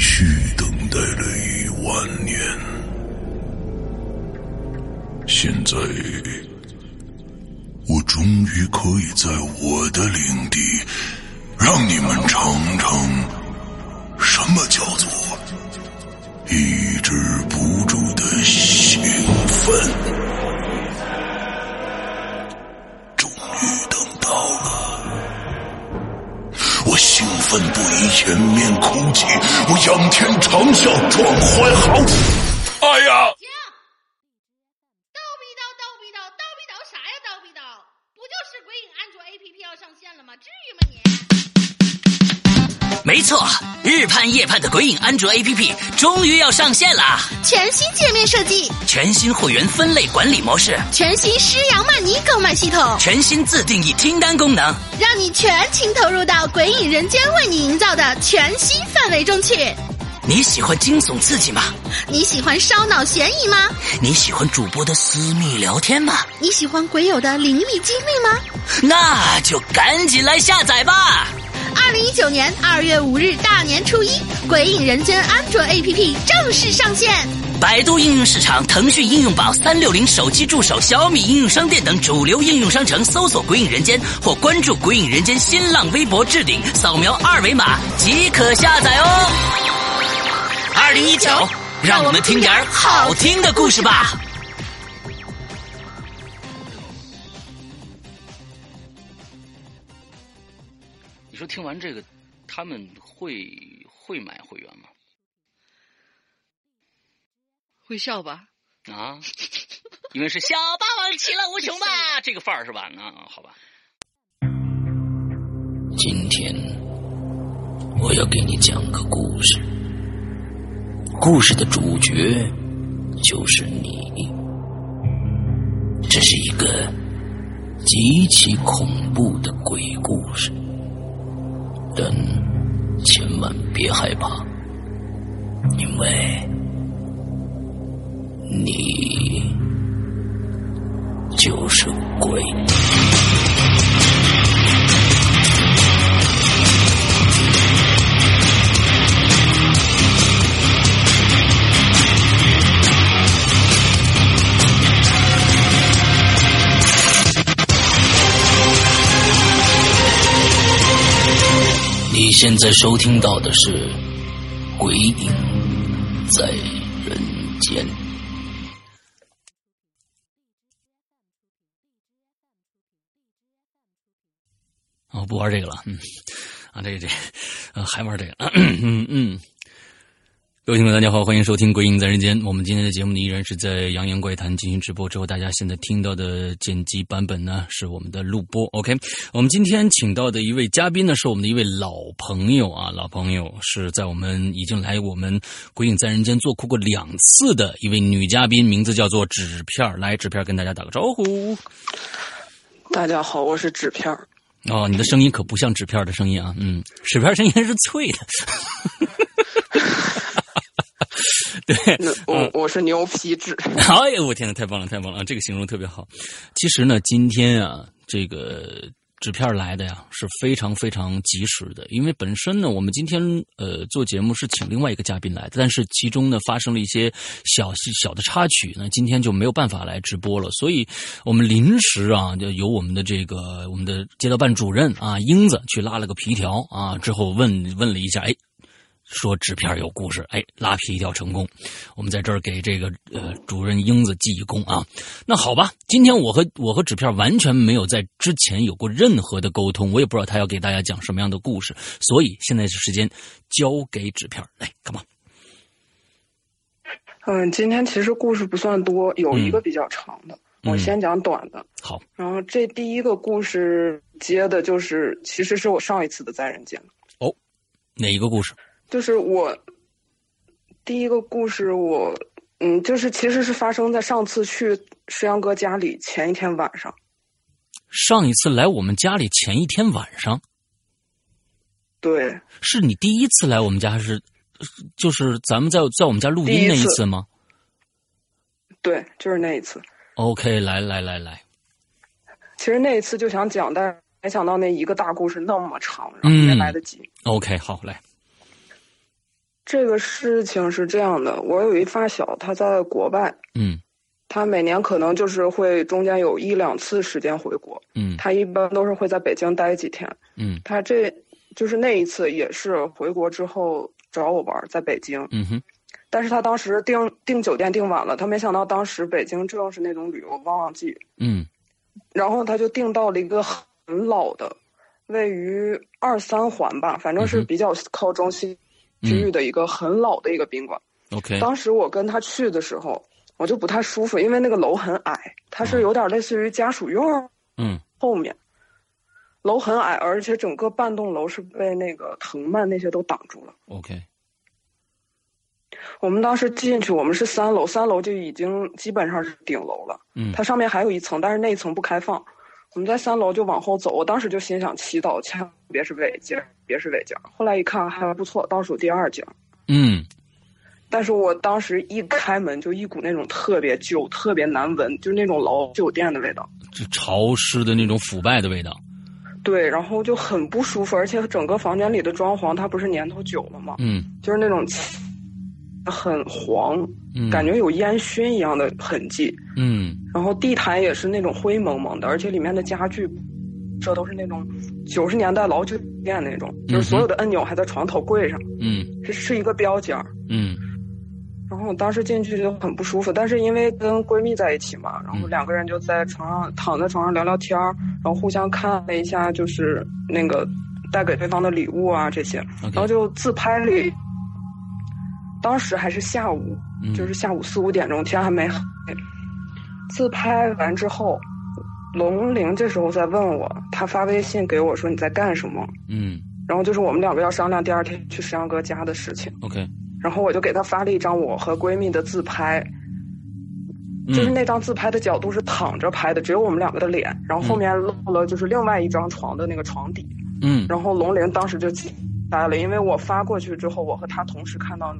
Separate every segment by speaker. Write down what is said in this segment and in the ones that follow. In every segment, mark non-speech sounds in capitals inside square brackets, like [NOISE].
Speaker 1: 续等待了一万年，现在我终于可以在我的领地让你们尝尝什么叫做抑制不住的兴奋。终于等到了。我兴奋不已，掩面哭泣，我仰天长啸，壮怀豪情。哎呀！
Speaker 2: 停！叨啊逼叨叨逼叨叨逼叨啥呀？叨逼叨，不就是鬼影安卓 APP 要上线了吗？至于吗你？
Speaker 3: 没错，日盼夜盼的鬼影安卓 APP 终于要上线啦！
Speaker 4: 全新界面设计，
Speaker 3: 全新会员分类管理模式，
Speaker 4: 全新施阳曼尼购买系统，
Speaker 3: 全新自定义听单功能，
Speaker 4: 让你全情投入到鬼影人间为你营造的全新氛围中去。
Speaker 3: 你喜欢惊悚刺激吗？
Speaker 4: 你喜欢烧脑悬疑吗？
Speaker 3: 你喜欢主播的私密聊天吗？
Speaker 4: 你喜欢鬼友的灵异经历吗？
Speaker 3: 那就赶紧来下载吧！
Speaker 4: 二零一九年二月五日大年初一，鬼影人间安卓 APP 正式上线。
Speaker 3: 百度应用市场、腾讯应用宝、三六零手机助手、小米应用商店等主流应用商城搜索“鬼影人间”或关注“鬼影人间”新浪微博置顶，扫描二维码即可下载哦。二零一九，让我们听点儿好听的故事吧。
Speaker 5: 你说听完这个，他们会会买会员吗？
Speaker 6: 会笑吧？
Speaker 3: [LAUGHS]
Speaker 5: 啊，因为是小霸王其乐无穷吧，这个范儿是吧？那好吧。
Speaker 3: 今天我要给你讲个故事，故事的主角就是你。这是一个极其恐怖的鬼故事，但千万别害怕，因为你就是鬼。你现在收听到的是《鬼影在人间》。
Speaker 5: 哦，不玩这个了，嗯，啊，这个这个，呃，还玩这个， [CLEARS THROAT] 嗯嗯。各位听众，大家好，欢迎收听《鬼影在人间》。我们今天的节目呢，依然是在《扬言怪谈》进行直播之后，大家现在听到的剪辑版本呢，是我们的录播。OK，我们今天请到的一位嘉宾呢，是我们的一位老朋友啊，老朋友是在我们已经来我们《鬼影在人间》做客过两次的一位女嘉宾，名字叫做纸片儿。来，纸片儿跟大家打个招呼。
Speaker 7: 大家好，我是纸片儿。
Speaker 5: 哦，你的声音可不像纸片儿的声音啊，嗯，纸片儿声音是脆的。 [LAUGHS] 对，
Speaker 7: 那我我是牛皮纸。
Speaker 5: [LAUGHS] 哎呦，我天呐，太棒了，太棒了！啊这个形容特别好。其实呢，今天啊，这个纸片儿来的呀是非常非常及时的，因为本身呢，我们今天呃做节目是请另外一个嘉宾来的，但是其中呢发生了一些小小的插曲呢，今天就没有办法来直播了，所以我们临时啊，就由我们的这个我们的街道办主任啊英子去拉了个皮条啊，之后问问了一下，哎，说纸片儿有故事，哎，拉皮条成功。我们在这儿给这个呃主任英子记一功啊。那好吧，今天我和我和纸片完全没有在之前有过任何的沟通，我也不知道他要给大家讲什么样的故事，所以现在是时间交给纸片哎来，干嘛？
Speaker 7: 嗯，今天其实故事不算多，有一个比较长的，
Speaker 5: 嗯
Speaker 7: 我先讲短的。
Speaker 5: 好，
Speaker 7: 然后这第一个故事接的就是，其实是我上一次的在人间，
Speaker 5: 哪一个故事？
Speaker 7: 就是我第一个故事我，嗯，就是其实是发生在上次去石阳哥家里前一天晚上。
Speaker 5: 上一次来我们家里前一天晚上，
Speaker 7: 对，
Speaker 5: 是你第一次来我们家，还是就是咱们在在我们家录音那
Speaker 7: 第
Speaker 5: 一
Speaker 7: 一次
Speaker 5: 次吗
Speaker 7: 对，就是那一次。
Speaker 5: ？OK，来来来来，
Speaker 7: 其实那一次就想讲，但是没想到那一个大故事那么长，然后没
Speaker 5: 嗯
Speaker 7: 来得及。
Speaker 5: OK，好，来，
Speaker 7: 这个事情是这样的，我有一发小，他在国外，
Speaker 5: 嗯
Speaker 7: 他每年可能就是会中间有一两次时间回国，
Speaker 5: 嗯
Speaker 7: 他一般都是会在北京待几天。
Speaker 5: 嗯
Speaker 7: 他这就是那一次也是回国之后找我玩，在北京，
Speaker 5: 嗯哼，
Speaker 7: 但是他当时订订酒店订晚了，他没想到当时北京正是那种旅游旺旺季，
Speaker 5: 嗯
Speaker 7: 然后他就订到了一个很老的，位于二三环吧，反正
Speaker 5: 嗯
Speaker 7: 是
Speaker 5: 哼嗯
Speaker 7: 比较靠中心区域的一个很老的一个宾馆。
Speaker 5: ，OK，
Speaker 7: 当时我跟他去的时候，我就不太舒服，因为那个楼很矮，它是有点类似于家属院
Speaker 5: 嗯
Speaker 7: 后面，楼很矮，而且整个半栋楼是被那个藤蔓那些都挡住了。
Speaker 5: ，OK，
Speaker 7: 我们当时进去，我们是三楼，三楼就已经基本上是顶楼了，
Speaker 5: 嗯
Speaker 7: 它上面还有一层，但是那一层不开放。我们在三楼就往后走，我当时就心想祈祷，千万别是尾景，别是尾景。后来一看还不错，倒数第二景。
Speaker 5: 嗯
Speaker 7: 但是我当时一开门就一股那种特别旧、特别难闻，就是那种老酒店的味道。
Speaker 5: 这潮湿的那种腐败的味道，
Speaker 7: 对，然后就很不舒服，而且整个房间里的装潢，它不是年头久了吗？
Speaker 5: 嗯
Speaker 7: 就是那种气很黄，
Speaker 5: 嗯，
Speaker 7: 感觉有烟熏一样的痕迹。
Speaker 5: 嗯
Speaker 7: 然后地毯也是那种灰蒙蒙的，而且里面的家具，这都是那种九十年代老酒店那种，就是所有的按钮还在床头柜上，
Speaker 5: 嗯
Speaker 7: 这是一个标间儿。
Speaker 5: 嗯
Speaker 7: 然后我当时进去就很不舒服，但是因为跟闺蜜在一起嘛，然
Speaker 5: 嗯
Speaker 7: 后两个人就在床上躺在床上聊聊天儿，然后互相看了一下就是那个带给对方的礼物啊这些，然后
Speaker 5: ，OK，
Speaker 7: 就自拍了一。当时还是下午，
Speaker 5: 嗯
Speaker 7: 就是下午四五点钟，天还没黑。自拍完之后，龙玲这时候在问我，她发微信给我说你在干什么，
Speaker 5: 嗯
Speaker 7: 然后就是我们两个要商量第二天去石阳哥家的事情。
Speaker 5: ，OK，
Speaker 7: 然后我就给她发了一张我和闺蜜的自拍，就是
Speaker 5: 嗯
Speaker 7: 那张自拍的角度是躺着拍的，只有我们两个的脸，然后后面露了就是另外一张床的那个床底，
Speaker 5: 嗯
Speaker 7: 然后龙玲当时就惊呆了，因为我发过去之后，我和她同时看到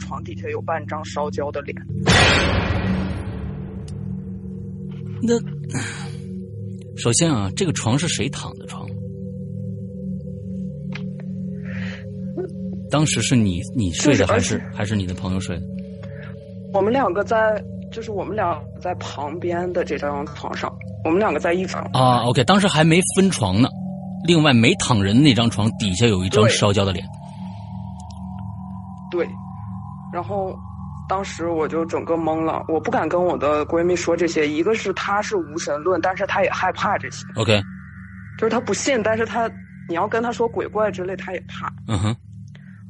Speaker 7: 床底下有半张烧焦的脸，
Speaker 5: 那首先啊，这个床是谁躺的床？当时是你你睡的，还是还是你的朋友睡的？
Speaker 7: 我们两个在就是我们俩在旁边的这张床上，我们两个在一床，
Speaker 5: 啊，OK，当时还没分床呢。另外，没躺人那张床底下有一张
Speaker 7: 对
Speaker 5: 烧焦的脸。
Speaker 7: 对，然后。当时我就整个懵了，我不敢跟我的闺蜜说这些。一个是她是无神论，但是她也害怕这些。
Speaker 5: OK，
Speaker 7: 就是他不信，但是他你要跟他说鬼怪之类，他也怕。
Speaker 5: 嗯哼，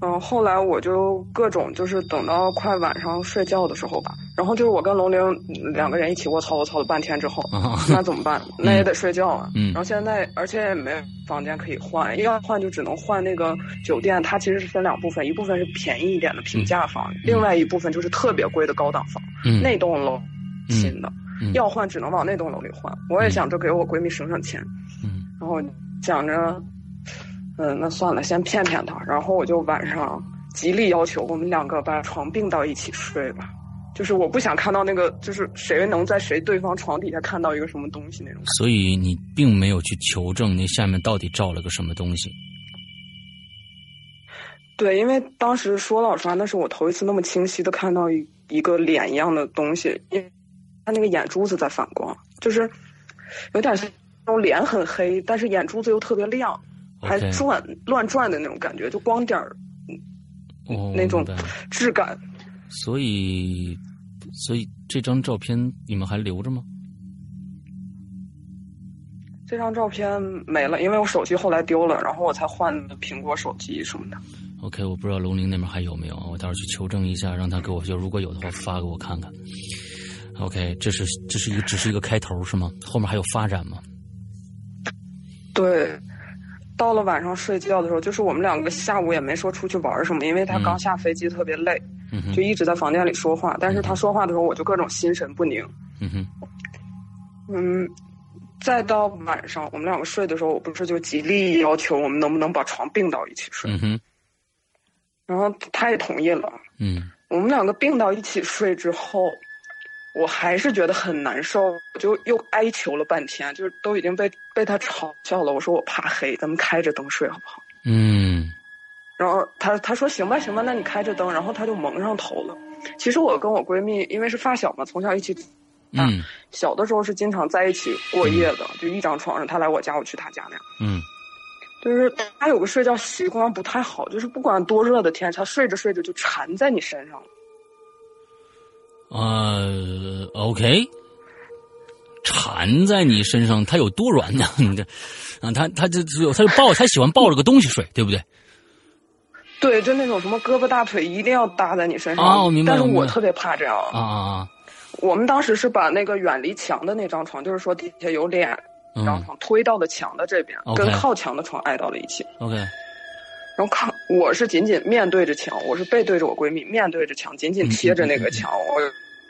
Speaker 7: 嗯，后来我就各种就是等到快晚上睡觉的时候吧，然后就是我跟龙玲嗯两个人一起卧槽卧槽了半天之后，
Speaker 5: 啊哈
Speaker 7: 那怎么办？那也得睡觉啊。
Speaker 5: 嗯
Speaker 7: 然后现在而且也没有房间可以换，要换就只能换那个酒店，它其实是分两部分，一部分是便宜一点的平价房，另外一部分就是特别贵的高档房。
Speaker 5: 嗯，
Speaker 7: 那栋楼
Speaker 5: 嗯
Speaker 7: 新的，
Speaker 5: 嗯
Speaker 7: 要换只能往那栋楼里换。我也想着给我闺蜜省省钱，
Speaker 5: 嗯
Speaker 7: 然后想着，嗯，那算了，先骗骗她。然后我就晚上极力要求我们两个把床并到一起睡吧，就是我不想看到那个，就是谁能在谁对方床底下看到一个什么东西那种。
Speaker 5: 所以你并没有去求证那下面到底照了个什么东西。
Speaker 7: 对，因为当时说老实话，那是我头一次那么清晰的看到一一个脸一样的东西，因为它那个眼珠子在反光，就是有点像那种脸很黑，但是眼珠子又特别亮，还
Speaker 5: OK，
Speaker 7: 转乱转的那种感觉，就光点儿
Speaker 5: 我
Speaker 7: 那种
Speaker 5: 哦明白了
Speaker 7: 质感。
Speaker 5: 所以，所以这张照片你们还留着吗？
Speaker 7: 这张照片没了，因为我手机后来丢了，然后我才换的苹果手机什么的。
Speaker 5: OK，我不知道龙玲那边还有没有啊，我待会儿去求证一下，让他给我，就如果有的话发给我看看。OK，这是这是一个只是一个开头是吗？后面还有发展吗？
Speaker 7: 对，到了晚上睡觉的时候，就是我们两个下午也没说出去玩儿什么，因为他刚下飞机特别累，
Speaker 5: 嗯
Speaker 7: 就
Speaker 5: 哼，
Speaker 7: 一直在房间里说话。但是他说话的时候，我就各种心神不宁。
Speaker 5: 嗯哼，
Speaker 7: 嗯，再到晚上我们两个睡的时候，我不是就极力要求我们能不能把床并到一起睡，
Speaker 5: 嗯哼，
Speaker 7: 然后他也同意了。
Speaker 5: 嗯
Speaker 7: 我们两个并到一起睡之后，我还是觉得很难受，我就又哀求了半天，就是都已经被被他嘲笑了。我说我怕黑，咱们开着灯睡好不好？
Speaker 5: 嗯
Speaker 7: 然后她她说行吧行吧，那你开着灯，然后她就蒙上头了。其实我跟我闺蜜因为是发小嘛，从小一起啊
Speaker 5: 嗯
Speaker 7: 小的时候是经常在一起过夜的，就一张床上，她来我家，我去她家那样。
Speaker 5: 嗯
Speaker 7: 就是她有个睡觉习惯不太好，就是不管多热的天，她睡着睡着就缠在你身上了。
Speaker 5: 呃，OK，缠在你身上，它有多软呢？ [LAUGHS] 你这啊，它它就就它就抱，它喜欢抱着个东西睡，对不对？
Speaker 7: 对，就那种什么胳膊大腿一定要搭在你身上。
Speaker 5: 啊我明白
Speaker 7: 但是
Speaker 5: 我明
Speaker 7: 我
Speaker 5: 白
Speaker 7: 特别怕这样。
Speaker 5: 啊啊啊，
Speaker 7: 我们当时是把那个远离墙的那张床，就是说底下有脸，
Speaker 5: 嗯
Speaker 7: 然后床推到了墙的这边，
Speaker 5: OK
Speaker 7: 跟靠墙的床挨到了一起。
Speaker 5: ，OK，
Speaker 7: 然后靠，我是紧紧面对着墙，我是背对着我闺蜜，面对着墙，紧紧贴着那个墙。我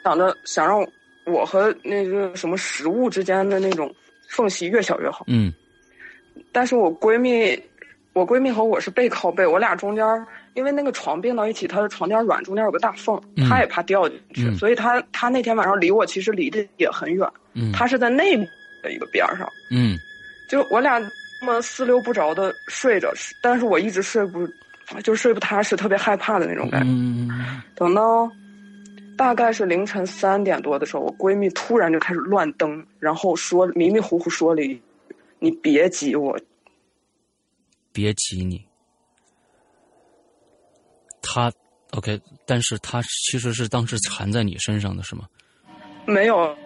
Speaker 7: 想着想让我和那个什么食物之间的那种缝隙越小越好。
Speaker 5: 嗯
Speaker 7: 但是我闺蜜，我闺蜜和我是背靠背，我俩中间儿，因为那个床并到一起，她的床垫软，中间有个大缝，
Speaker 5: 嗯
Speaker 7: 她也怕掉进去，
Speaker 5: 嗯
Speaker 7: 所以她她那天晚上离我其实离得也很远，
Speaker 5: 嗯，
Speaker 7: 她是在那边的一个边儿上，
Speaker 5: 嗯
Speaker 7: 就我俩那么四六不着的睡着，但是我一直睡不，就睡不踏实，特别害怕的那种感觉。
Speaker 5: 嗯嗯
Speaker 7: 等到大概是凌晨三点多的时候，我闺蜜突然就开始乱蹬，然后说迷迷糊糊说了一句：“你别急我，
Speaker 5: 别急你，它 OK，但是它其实是当时缠在你身上的是吗？
Speaker 7: 没有，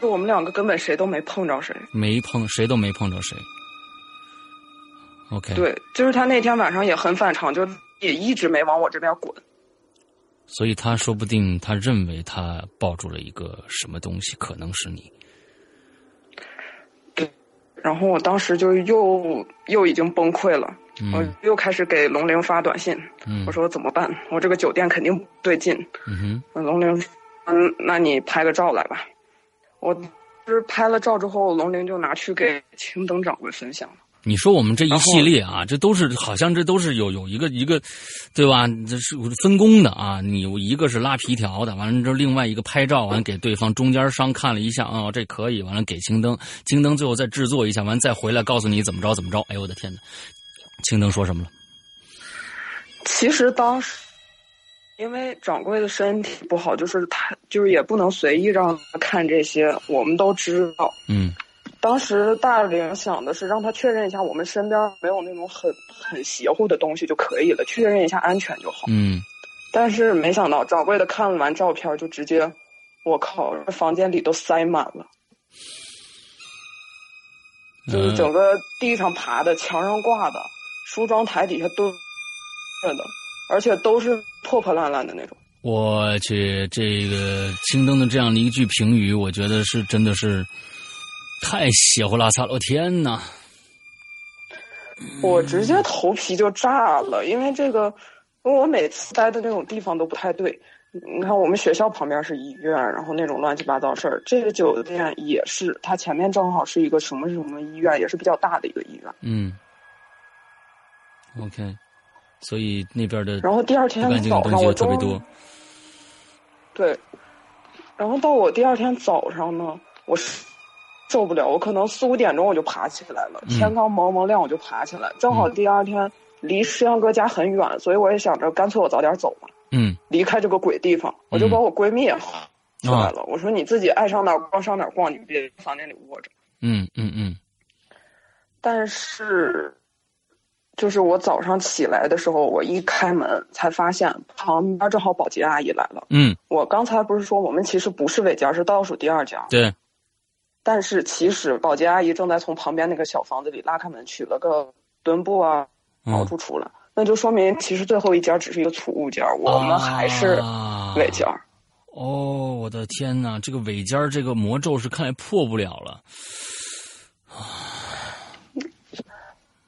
Speaker 7: 就我们两个根本谁都没碰着谁。
Speaker 5: 没碰，谁都没碰着谁。OK，，
Speaker 7: 对，就是他那天晚上也很反常，就也一直没往我这边滚。
Speaker 5: 所以他说不定他认为他抱住了一个什么东西，可能是你。
Speaker 7: 然后我当时就又又已经崩溃了，我
Speaker 5: 嗯
Speaker 7: 又开始给龙玲发短信，
Speaker 5: 嗯
Speaker 7: 我说怎么办？我这个酒店肯定不对劲。
Speaker 5: 嗯哼
Speaker 7: 龙玲说，嗯，那你拍个照来吧。我就是拍了照之后，龙玲就拿去给青灯掌柜分享了。
Speaker 5: 你说我们这一
Speaker 7: 然后
Speaker 5: 系列啊，这都是好像这都是有有一个一个，对吧？这是分工的啊。你有一个是拉皮条的，完了之后另外一个拍照，完了给对方中间商看了一下，啊、这可以，完了给青灯，青灯最后再制作一下，完了再回来告诉你怎么着怎么着。哎呦我的天哪！青灯说什么了？
Speaker 7: 其实当时。因为掌柜的身体不好，就是他就是也不能随意让他看这些，我们都知道。
Speaker 5: 嗯
Speaker 7: 当时大玲想的是让他确认一下我们身边没有那种很很邪乎的东西就可以了，确认一下安全就好。
Speaker 5: 嗯
Speaker 7: 但是没想到掌柜的看完照片就直接，我靠，这房间里都塞满了，就是整个地上爬的、墙上挂的、梳妆台底下蹲着的，而且都是破破烂烂的那种。
Speaker 5: 我去，这个青灯的这样的一句评语，我觉得是真的是太邪乎拉撒了！我天哪，
Speaker 7: 我直接头皮就炸了，因为这个，因为我每次待的那种地方都不太对。你看，我们学校旁边是医院，然后那种乱七八糟事儿。这个酒店也是，它前面正好是一个什么什么医院，也是比较大的一个医院。
Speaker 5: 嗯，OK，所以那边的
Speaker 7: 然后第二
Speaker 5: 不
Speaker 7: 天
Speaker 5: 干净的
Speaker 7: 早
Speaker 5: 东
Speaker 7: 上，
Speaker 5: 西
Speaker 7: 我
Speaker 5: 又特别
Speaker 7: 终
Speaker 5: 多
Speaker 7: 于，对，然后到我第二天早上呢，我是受不了，我可能四五点钟我就爬起来了，
Speaker 5: 嗯
Speaker 7: 天刚蒙蒙亮我就爬起来，正好第二天离石阳哥家很远，所以我也想着干脆我早点走吧。
Speaker 5: 嗯
Speaker 7: 离开这个鬼地方，我就把我闺蜜也喊出
Speaker 5: 啊
Speaker 7: 来了。我说你自己爱上哪儿逛上哪儿逛，你别在房间里窝着。
Speaker 5: 嗯嗯嗯
Speaker 7: 但是，就是我早上起来的时候，我一开门才发现旁边正好保洁阿姨来了。
Speaker 5: 嗯，
Speaker 7: 我刚才不是说我们其实不是尾家，是倒数第二家，
Speaker 5: 对，
Speaker 7: 但是其实保洁阿姨正在从旁边那个小房子里拉开门，取了个墩布啊，毛
Speaker 5: 嗯，
Speaker 7: 出出来。那就说明，其实最后一家只是一个储物间，我们还是
Speaker 5: 啊
Speaker 7: 尾家。
Speaker 5: 哦，我的天哪，这个尾尖儿这个魔咒是看来破不了了。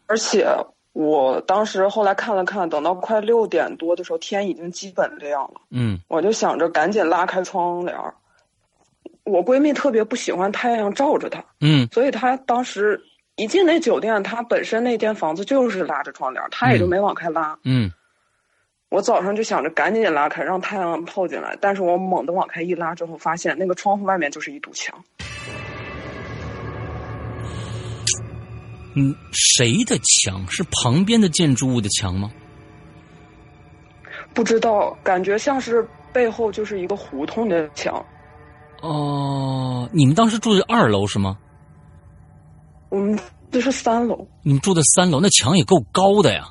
Speaker 7: 而且我当时后来看了看，等到快六点多的时候，天已经基本亮了，
Speaker 5: 嗯
Speaker 7: 我就想着赶紧拉开窗帘儿。我闺蜜特别不喜欢太阳照着她，
Speaker 5: 嗯
Speaker 7: 所以她当时一进那酒店，她本身那间房子就是拉着窗帘儿，她也就没往开拉。
Speaker 5: 嗯
Speaker 7: 我早上就想着赶紧拉开，让太阳透进来，但是我猛地往开一拉之后，发现那个窗户外面就是一堵墙。
Speaker 5: 嗯，谁的墙是旁边的建筑物的墙吗？
Speaker 7: 不知道，感觉像是背后就是一个胡同的墙。
Speaker 5: 哦，你们当时住的二楼是吗？
Speaker 7: 我们这是三楼，
Speaker 5: 你们住的三楼，那墙也够高的呀。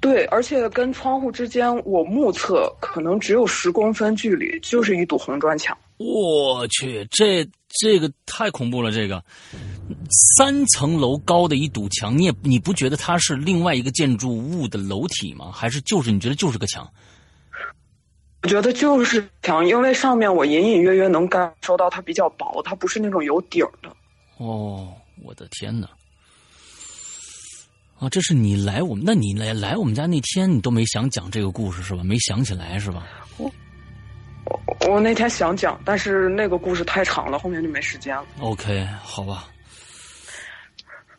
Speaker 7: 对，而且跟窗户之间，我目测可能只有十公分距离，就是一堵红砖墙。
Speaker 5: 我去，这这个太恐怖了！这个三层楼高的一堵墙，你也你不觉得它是另外一个建筑物的楼体吗？还是就是你觉得就是个墙？
Speaker 7: 我觉得就是墙，因为上面我隐隐约约能感受到它比较薄，它不是那种有顶儿的。
Speaker 5: 哦，我的天哪！啊，这是你来我们，那你来来我们家那天，你都没想讲这个故事是吧？没想起来是吧？
Speaker 7: 我我那天想讲，但是那个故事太长了，后面就没时间了。
Speaker 5: OK，好吧，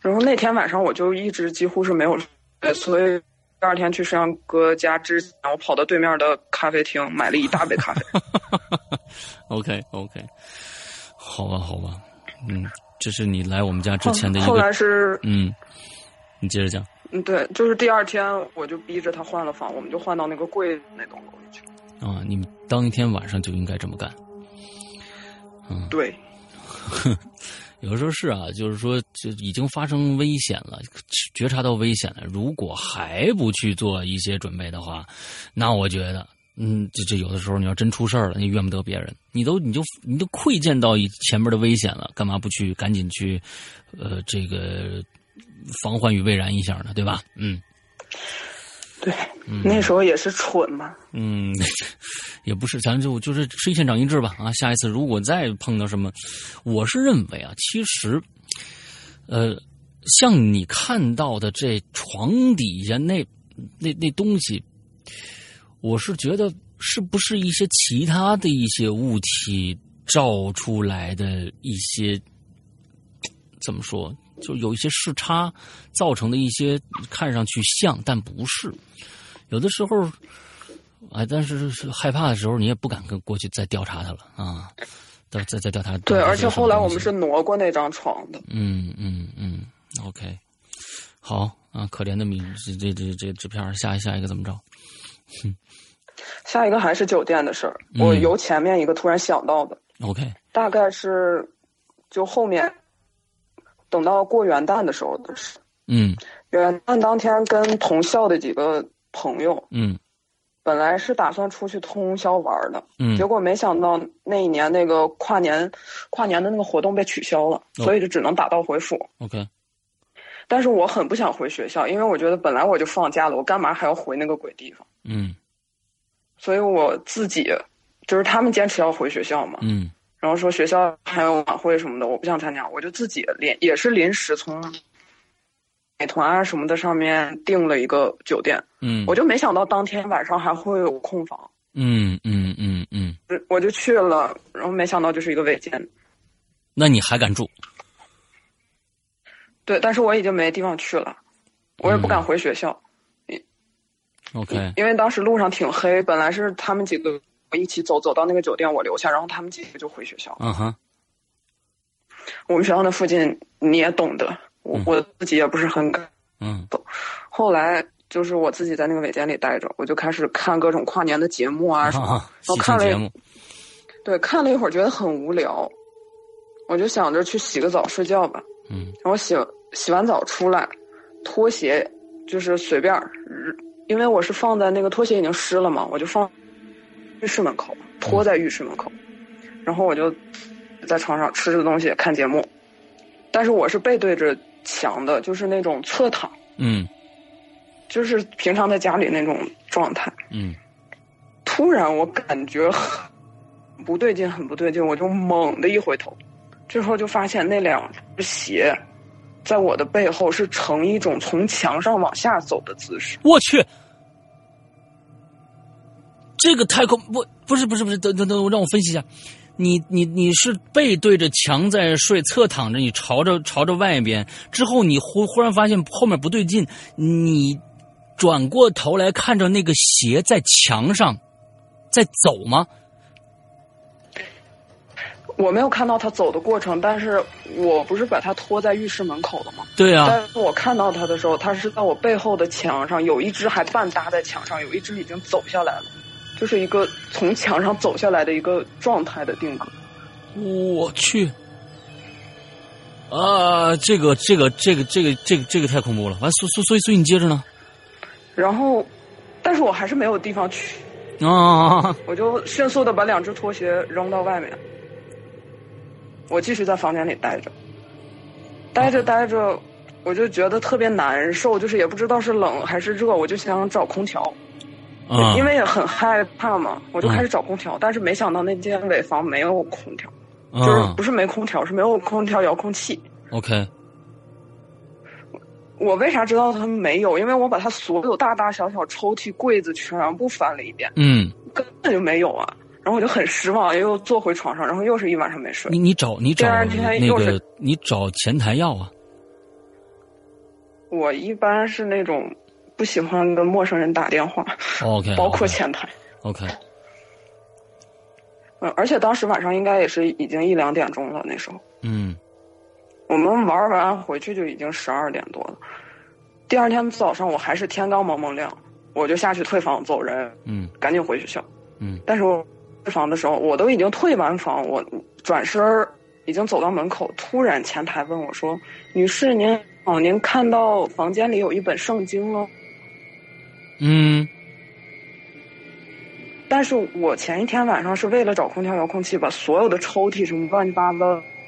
Speaker 7: 然后那天晚上我就一直几乎是没有睡，所以第二天去摄像哥家之前，我跑到对面的咖啡厅买了一大杯咖
Speaker 5: [LAUGHS]
Speaker 7: 啡。
Speaker 5: ，OK OK，好吧好吧，嗯，这是你来我们家之前的一
Speaker 7: 后来
Speaker 5: 个，
Speaker 7: 是
Speaker 5: 嗯，你接着讲。
Speaker 7: 嗯，对，就是第二天我就逼着他换了房，我们就换到那个贵那栋楼里去。
Speaker 5: 啊，你们当天晚上就应该这么干。
Speaker 7: 对，
Speaker 5: 有的时候是啊，就是说，就已经发生危险了，觉察到危险了。如果还不去做一些准备的话，那我觉得，嗯，这这有的时候你要真出事儿了，你怨不得别人，你都你就你都窥见到以前面的危险了，干嘛不去赶紧去，呃，这个防患于未然一下呢？对吧？嗯
Speaker 7: 对，那时候也是蠢嘛。
Speaker 5: 嗯， [LAUGHS] 也不是，咱就就是吃一堑长一智吧啊！下一次如果再碰到什么，我是认为啊，其实，呃，像你看到的这床底下那那那东西，我是觉得是不是一些其他的一些物体照出来的一些怎么说，就有一些视差造成的一些看上去像，但不是。有的时候哎，但是是害怕的时候，你也不敢跟过去再调查他了啊，再再再调查。
Speaker 7: 对，
Speaker 5: 调查
Speaker 7: 而
Speaker 5: 这
Speaker 7: 且
Speaker 5: 个什么
Speaker 7: 后来
Speaker 5: 东
Speaker 7: 我们
Speaker 5: 西
Speaker 7: 是挪过那张床的。
Speaker 5: 嗯嗯嗯，OK，好啊，可怜的米，这这这这纸片儿，下下一个怎么着？
Speaker 7: 下一个还是酒店的事儿，
Speaker 5: 嗯
Speaker 7: 我由前面一个突然想到的，
Speaker 5: OK，
Speaker 7: 大概是就后面等到过元旦的时候的事。
Speaker 5: 嗯
Speaker 7: 元旦当天跟同校的几个朋友，
Speaker 5: 嗯
Speaker 7: 本来是打算出去通宵玩儿的，
Speaker 5: 嗯
Speaker 7: 结果没想到那一年那个跨年跨年的那个活动被取消了，
Speaker 5: 哦
Speaker 7: 所以就只能打道回府。
Speaker 5: ，OK，
Speaker 7: 但是我很不想回学校，因为我觉得本来我就放假了，我干嘛还要回那个鬼地方？
Speaker 5: 嗯
Speaker 7: 所以我自己就是他们坚持要回学校嘛，
Speaker 5: 嗯
Speaker 7: 然后说学校还有晚会什么的，我不想参加，我就自己临也是临时从美团啊什么的上面订了一个酒店，
Speaker 5: 嗯，
Speaker 7: 我就没想到当天晚上还会有空房，
Speaker 5: 嗯嗯嗯嗯，
Speaker 7: 我就去了，然后没想到就是一个违建，
Speaker 5: 那你还敢住？
Speaker 7: 对，但是我已经没地方去了，我也不
Speaker 5: 嗯
Speaker 7: 敢回学校，
Speaker 5: OK，
Speaker 7: 因为当时路上挺黑，本来是他们几个一起走，走到那个酒店我留下，然后他们几个就回学校了。
Speaker 5: 嗯哼，
Speaker 7: 我们学校那附近你也懂得，我
Speaker 5: 嗯
Speaker 7: 我自己也不是很敢
Speaker 5: 嗯
Speaker 7: 后来就是我自己在那个尾间里待着，我就开始看各种跨年的节目啊什么。
Speaker 5: 啊，[LAUGHS]
Speaker 7: 我
Speaker 5: 喜庆
Speaker 7: 看了
Speaker 5: 节目，
Speaker 7: 对，看了一会儿觉得很无聊，我就想着去洗个澡睡觉吧。
Speaker 5: 嗯
Speaker 7: 然后洗洗完澡出来，拖鞋就是随便儿，因为我是放在那个拖鞋已经湿了嘛，我就放浴室门口，拖在浴室门口。然后我就在床上吃着东西看节目，但是我是背对着墙的，就是那种侧躺，
Speaker 5: 嗯
Speaker 7: 就是平常在家里那种状态。
Speaker 5: 嗯
Speaker 7: 突然我感觉很不对劲，很不对劲，我就猛地一回头，这时候就发现那两只鞋在我的背后是呈一种从墙上往下走的姿势。
Speaker 5: 我去，这个太恐不不是不是不是，等等等，让我分析一下。你你你是背对着墙在睡，侧躺着，你朝着朝着外边，之后你忽忽然发现后面不对劲，你转过头来看着那个鞋在墙上在走吗？
Speaker 7: 我没有看到他走的过程，但是我不是把他拖在浴室门口的吗？
Speaker 5: 对啊，
Speaker 7: 但是我看到他的时候，他是在我背后的墙上，有一只还半搭在墙上，有一只已经走下来了，就是一个从墙上走下来的一个状态的定格。
Speaker 5: 我去。啊，这个这个这个这个这个这个太恐怖了！完，所所所以所以你接着呢
Speaker 7: 然后，但是我还是没有地方去，
Speaker 5: 啊，
Speaker 7: 我就迅速的把两只拖鞋扔到外面。我继续在房间里待着，待着待着，我就觉得特别难受，就是也不知道是冷还是热，我就想找空调，
Speaker 5: 啊
Speaker 7: 因为也很害怕嘛，我就开始找空调，但是没想到那间尾房没有空调，就是
Speaker 5: 啊
Speaker 7: 不是没空调，是没有空调遥控器。
Speaker 5: ，OK，
Speaker 7: 我为啥知道他们没有？因为我把他所有大大小小抽屉、柜子全部翻了一遍，
Speaker 5: 嗯，
Speaker 7: 根本就没有啊。然后我就很失望，又坐回床上，然后又是一晚上没睡
Speaker 5: 你。你找你找
Speaker 7: 第二天
Speaker 5: 那
Speaker 7: 啊又
Speaker 5: 个
Speaker 7: 是
Speaker 5: 你找前台要啊，
Speaker 7: 我一般是那种不喜欢跟陌生人打电话，
Speaker 5: 嗯 OK，
Speaker 7: 包括前台。
Speaker 5: OK，
Speaker 7: 嗯，而且当时晚上应该也是已经一两点钟了，那时候
Speaker 5: 嗯
Speaker 7: 我们玩完回去就已经十二点多了。第二天早上我还是天刚蒙蒙亮，我就下去退房走人，
Speaker 5: 嗯
Speaker 7: 赶紧回学校。
Speaker 5: 嗯，
Speaker 7: 但是我退房的时候，我都已经退完房，我转身儿已经走到门口，突然前台问我说：“女士，您好，您看到房间里有一本圣经了？”
Speaker 5: 嗯
Speaker 7: 但是我前一天晚上是为了找空调遥控器，把所有的抽屉什么乱七八糟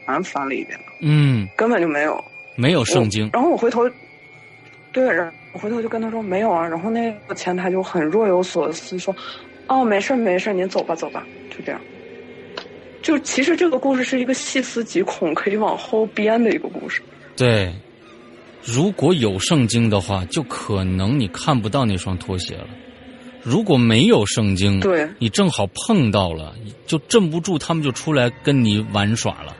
Speaker 7: 全翻了一遍，
Speaker 5: 嗯，
Speaker 7: 根本就没有。
Speaker 5: 没有圣经
Speaker 7: 我，然后我回头，对，然后我回头就跟他说没有啊。然后那个前台就很若有所思说：“哦，没事儿没事儿，您走吧走吧。”就这样。就其实这个故事是一个细思极恐，可以往后编的一个故事。
Speaker 5: 对，如果有圣经的话，就可能你看不到那双拖鞋了。如果没有圣经，
Speaker 7: 对
Speaker 5: 你正好碰到了，就镇不住，他们就出来跟你玩耍了。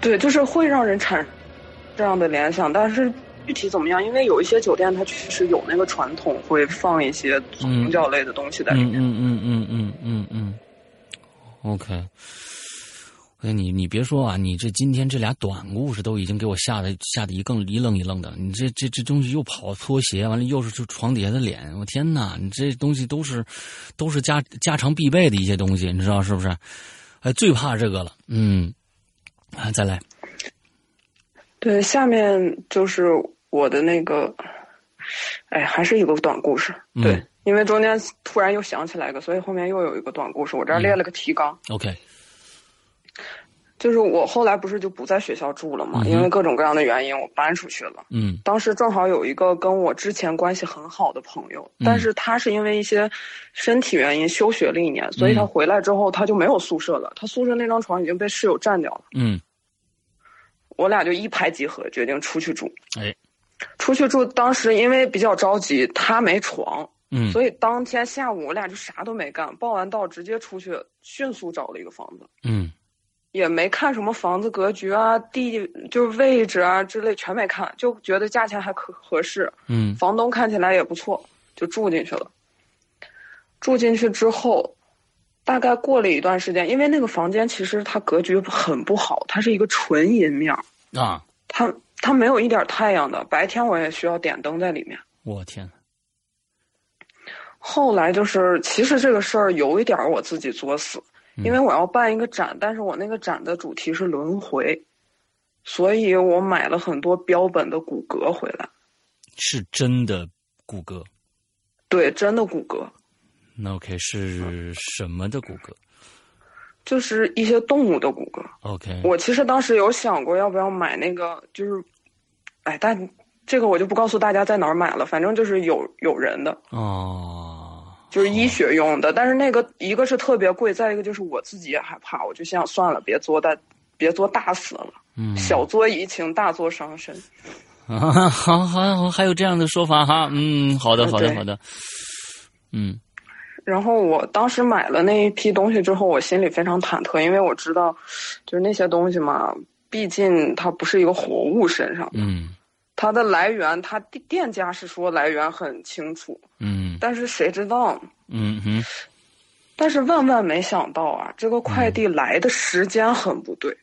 Speaker 7: 对，就是会让人产生这样的联想，但是具体怎么样？因为有一些酒店它确实有那个传统，会放一些宗教类的东西在里
Speaker 5: 嗯
Speaker 7: 面。
Speaker 5: 嗯嗯嗯嗯嗯嗯，OK。哎，你你别说啊，你这今天这俩短故事都已经给我吓得吓得一更一愣一愣的。你这这这东西又跑拖鞋，完了又是床底下的脸，我天哪！你这东西都是都是家家常必备的一些东西，你知道是不是？哎，最怕这个了。嗯，啊，再来。
Speaker 7: 对，下面就是我的那个，哎，还是一个短故事。
Speaker 5: 嗯
Speaker 7: 对，因为中间突然又想起来一个，所以后面又有一个短故事。我这儿
Speaker 5: 嗯
Speaker 7: 列了个提纲，
Speaker 5: OK，
Speaker 7: 就是我后来不是就不在学校住了嘛，
Speaker 5: 嗯哼
Speaker 7: 因为各种各样的原因，我搬出去了。
Speaker 5: 嗯
Speaker 7: 当时正好有一个跟我之前关系很好的朋友，但是他是因为一些身体原因休学了一年，所以他回来之后他就没有宿舍了，他宿舍那张床已经被室友占掉了。
Speaker 5: 嗯
Speaker 7: 我俩就一拍即合，决定出去住。
Speaker 5: 哎，
Speaker 7: 出去住，当时因为比较着急，他没床，
Speaker 5: 嗯
Speaker 7: 所以当天下午我俩就啥都没干，报完到直接出去，迅速找了一个房子，
Speaker 5: 嗯
Speaker 7: 也没看什么房子格局啊、地就是位置啊之类，全没看，就觉得价钱还可合适，
Speaker 5: 嗯
Speaker 7: 房东看起来也不错，就住进去了。住进去之后，大概过了一段时间，因为那个房间其实它格局很不好，它是一个纯阴面儿，
Speaker 5: 啊，
Speaker 7: 它它没有一点太阳的，白天我也需要点灯在里面。
Speaker 5: 我天哪，
Speaker 7: 后来就是，其实这个事儿有一点儿我自己作死，因为我要办一个展，但是我那个展的主题是轮回，所以我买了很多标本的骨骼回来，
Speaker 5: 是真的谷歌。
Speaker 7: 对，真的骨骼，
Speaker 5: 那 OK 是什么的骨骼
Speaker 7: 就是一些动物的骨骼。
Speaker 5: ？OK，
Speaker 7: 我其实当时有想过要不要买那个，就是，哎，但这个我就不告诉大家在哪儿买了，反正就是有有人的，
Speaker 5: 哦，
Speaker 7: 就是医学用的，但是那个一个是特别贵，再一个就是我自己也害怕，我就想算了，别作大，别作大死了。
Speaker 5: 嗯，
Speaker 7: 小作怡情，大作伤身。
Speaker 5: 啊，好，好，好还有这样的说法哈，嗯，好的，
Speaker 7: 啊
Speaker 5: 好的，
Speaker 7: 对
Speaker 5: 好的，嗯
Speaker 7: 然后我当时买了那一批东西之后，我心里非常忐忑，因为我知道，就是那些东西嘛，毕竟它不是一个活物身上，
Speaker 5: 嗯
Speaker 7: 它的来源，它店店家是说来源很清楚，
Speaker 5: 嗯
Speaker 7: 但是谁知道？
Speaker 5: 嗯嗯
Speaker 7: 但是万万没想到啊，这个快递来的时间很不对。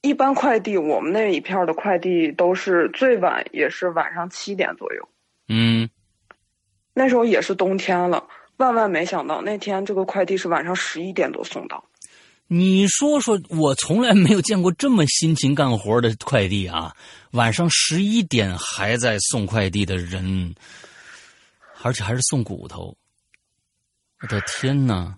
Speaker 7: 一般快递，我们那一片儿的快递都是最晚也是晚上七点左右，
Speaker 5: 嗯，
Speaker 7: 那时候也是冬天了。万万没想到，那天这个快递是晚上十一点多送到。
Speaker 5: 你说说，我从来没有见过这么辛勤干活的快递啊！晚上十一点还在送快递的人，而且还是送骨头，我的天哪！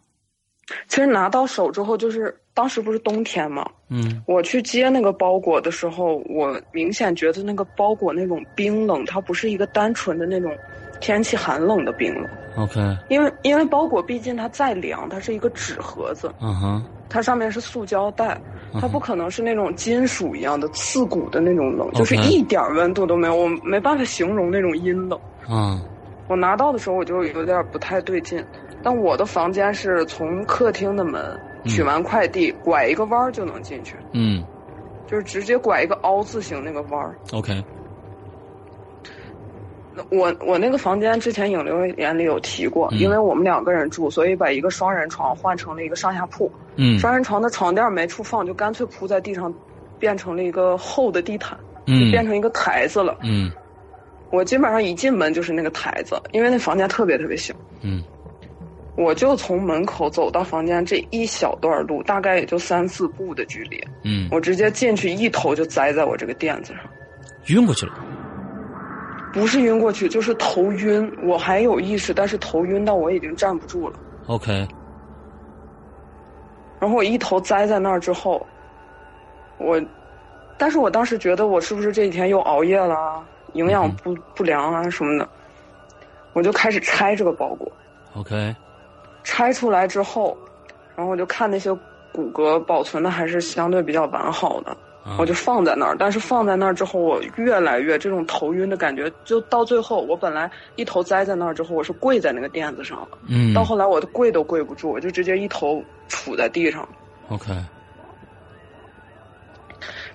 Speaker 7: 其实拿到手之后，就是当时不是冬天嘛，
Speaker 5: 嗯
Speaker 7: 我去接那个包裹的时候，我明显觉得那个包裹那种冰冷，它不是一个单纯的那种天气寒冷的冰冷，
Speaker 5: ，OK，
Speaker 7: 因为因为包裹毕竟它再凉，它是一个纸盒子，
Speaker 5: 嗯哼，
Speaker 7: 它上面是塑胶袋，
Speaker 5: 嗯
Speaker 7: 它不可能是那种金属一样的刺骨的那种冷，
Speaker 5: OK
Speaker 7: 就是一点温度都没有，我没办法形容那种阴冷。
Speaker 5: 嗯
Speaker 7: 我拿到的时候我就有点不太对劲，但我的房间是从客厅的门取完快递，拐一个弯儿就能进去，
Speaker 5: 嗯
Speaker 7: 就是直接拐一个凹字形那个弯儿。
Speaker 5: ，OK，
Speaker 7: 那我我那个房间之前影留言里有提过，
Speaker 5: 嗯
Speaker 7: 因为我们两个人住，所以把一个双人床换成了一个上下铺。
Speaker 5: 嗯
Speaker 7: 双人床的床垫没处放，就干脆铺在地上，变成了一个厚的地毯，就变
Speaker 5: 嗯
Speaker 7: 成一个台子了。
Speaker 5: 嗯
Speaker 7: 我基本上一进门就是那个台子，因为那房间特别特别小。
Speaker 5: 嗯
Speaker 7: 我就从门口走到房间这一小段路，大概也就三四步的距离，
Speaker 5: 嗯，
Speaker 7: 我直接进去一头就栽在我这个垫子上，
Speaker 5: 晕过去了，
Speaker 7: 不是晕过去就是头晕，我还有意识，但是头晕到我已经站不住了。
Speaker 5: ，OK，
Speaker 7: 然后我一头栽在那儿之后，我，但是我当时觉得我是不是这几天又熬夜了啊，营
Speaker 5: 嗯
Speaker 7: 养不不良啊什么的，我就开始拆这个包裹。
Speaker 5: OK，
Speaker 7: 拆出来之后，然后我就看那些骨骼保存的还是相对比较完好的，
Speaker 5: 嗯
Speaker 7: 我就放在那儿。但是放在那儿之后，我越来越这种头晕的感觉，就到最后，我本来一头栽在那儿之后，我是跪在那个垫子上了，
Speaker 5: 嗯
Speaker 7: 到后来我跪都跪不住，我就直接一头杵在地上了。
Speaker 5: ，OK，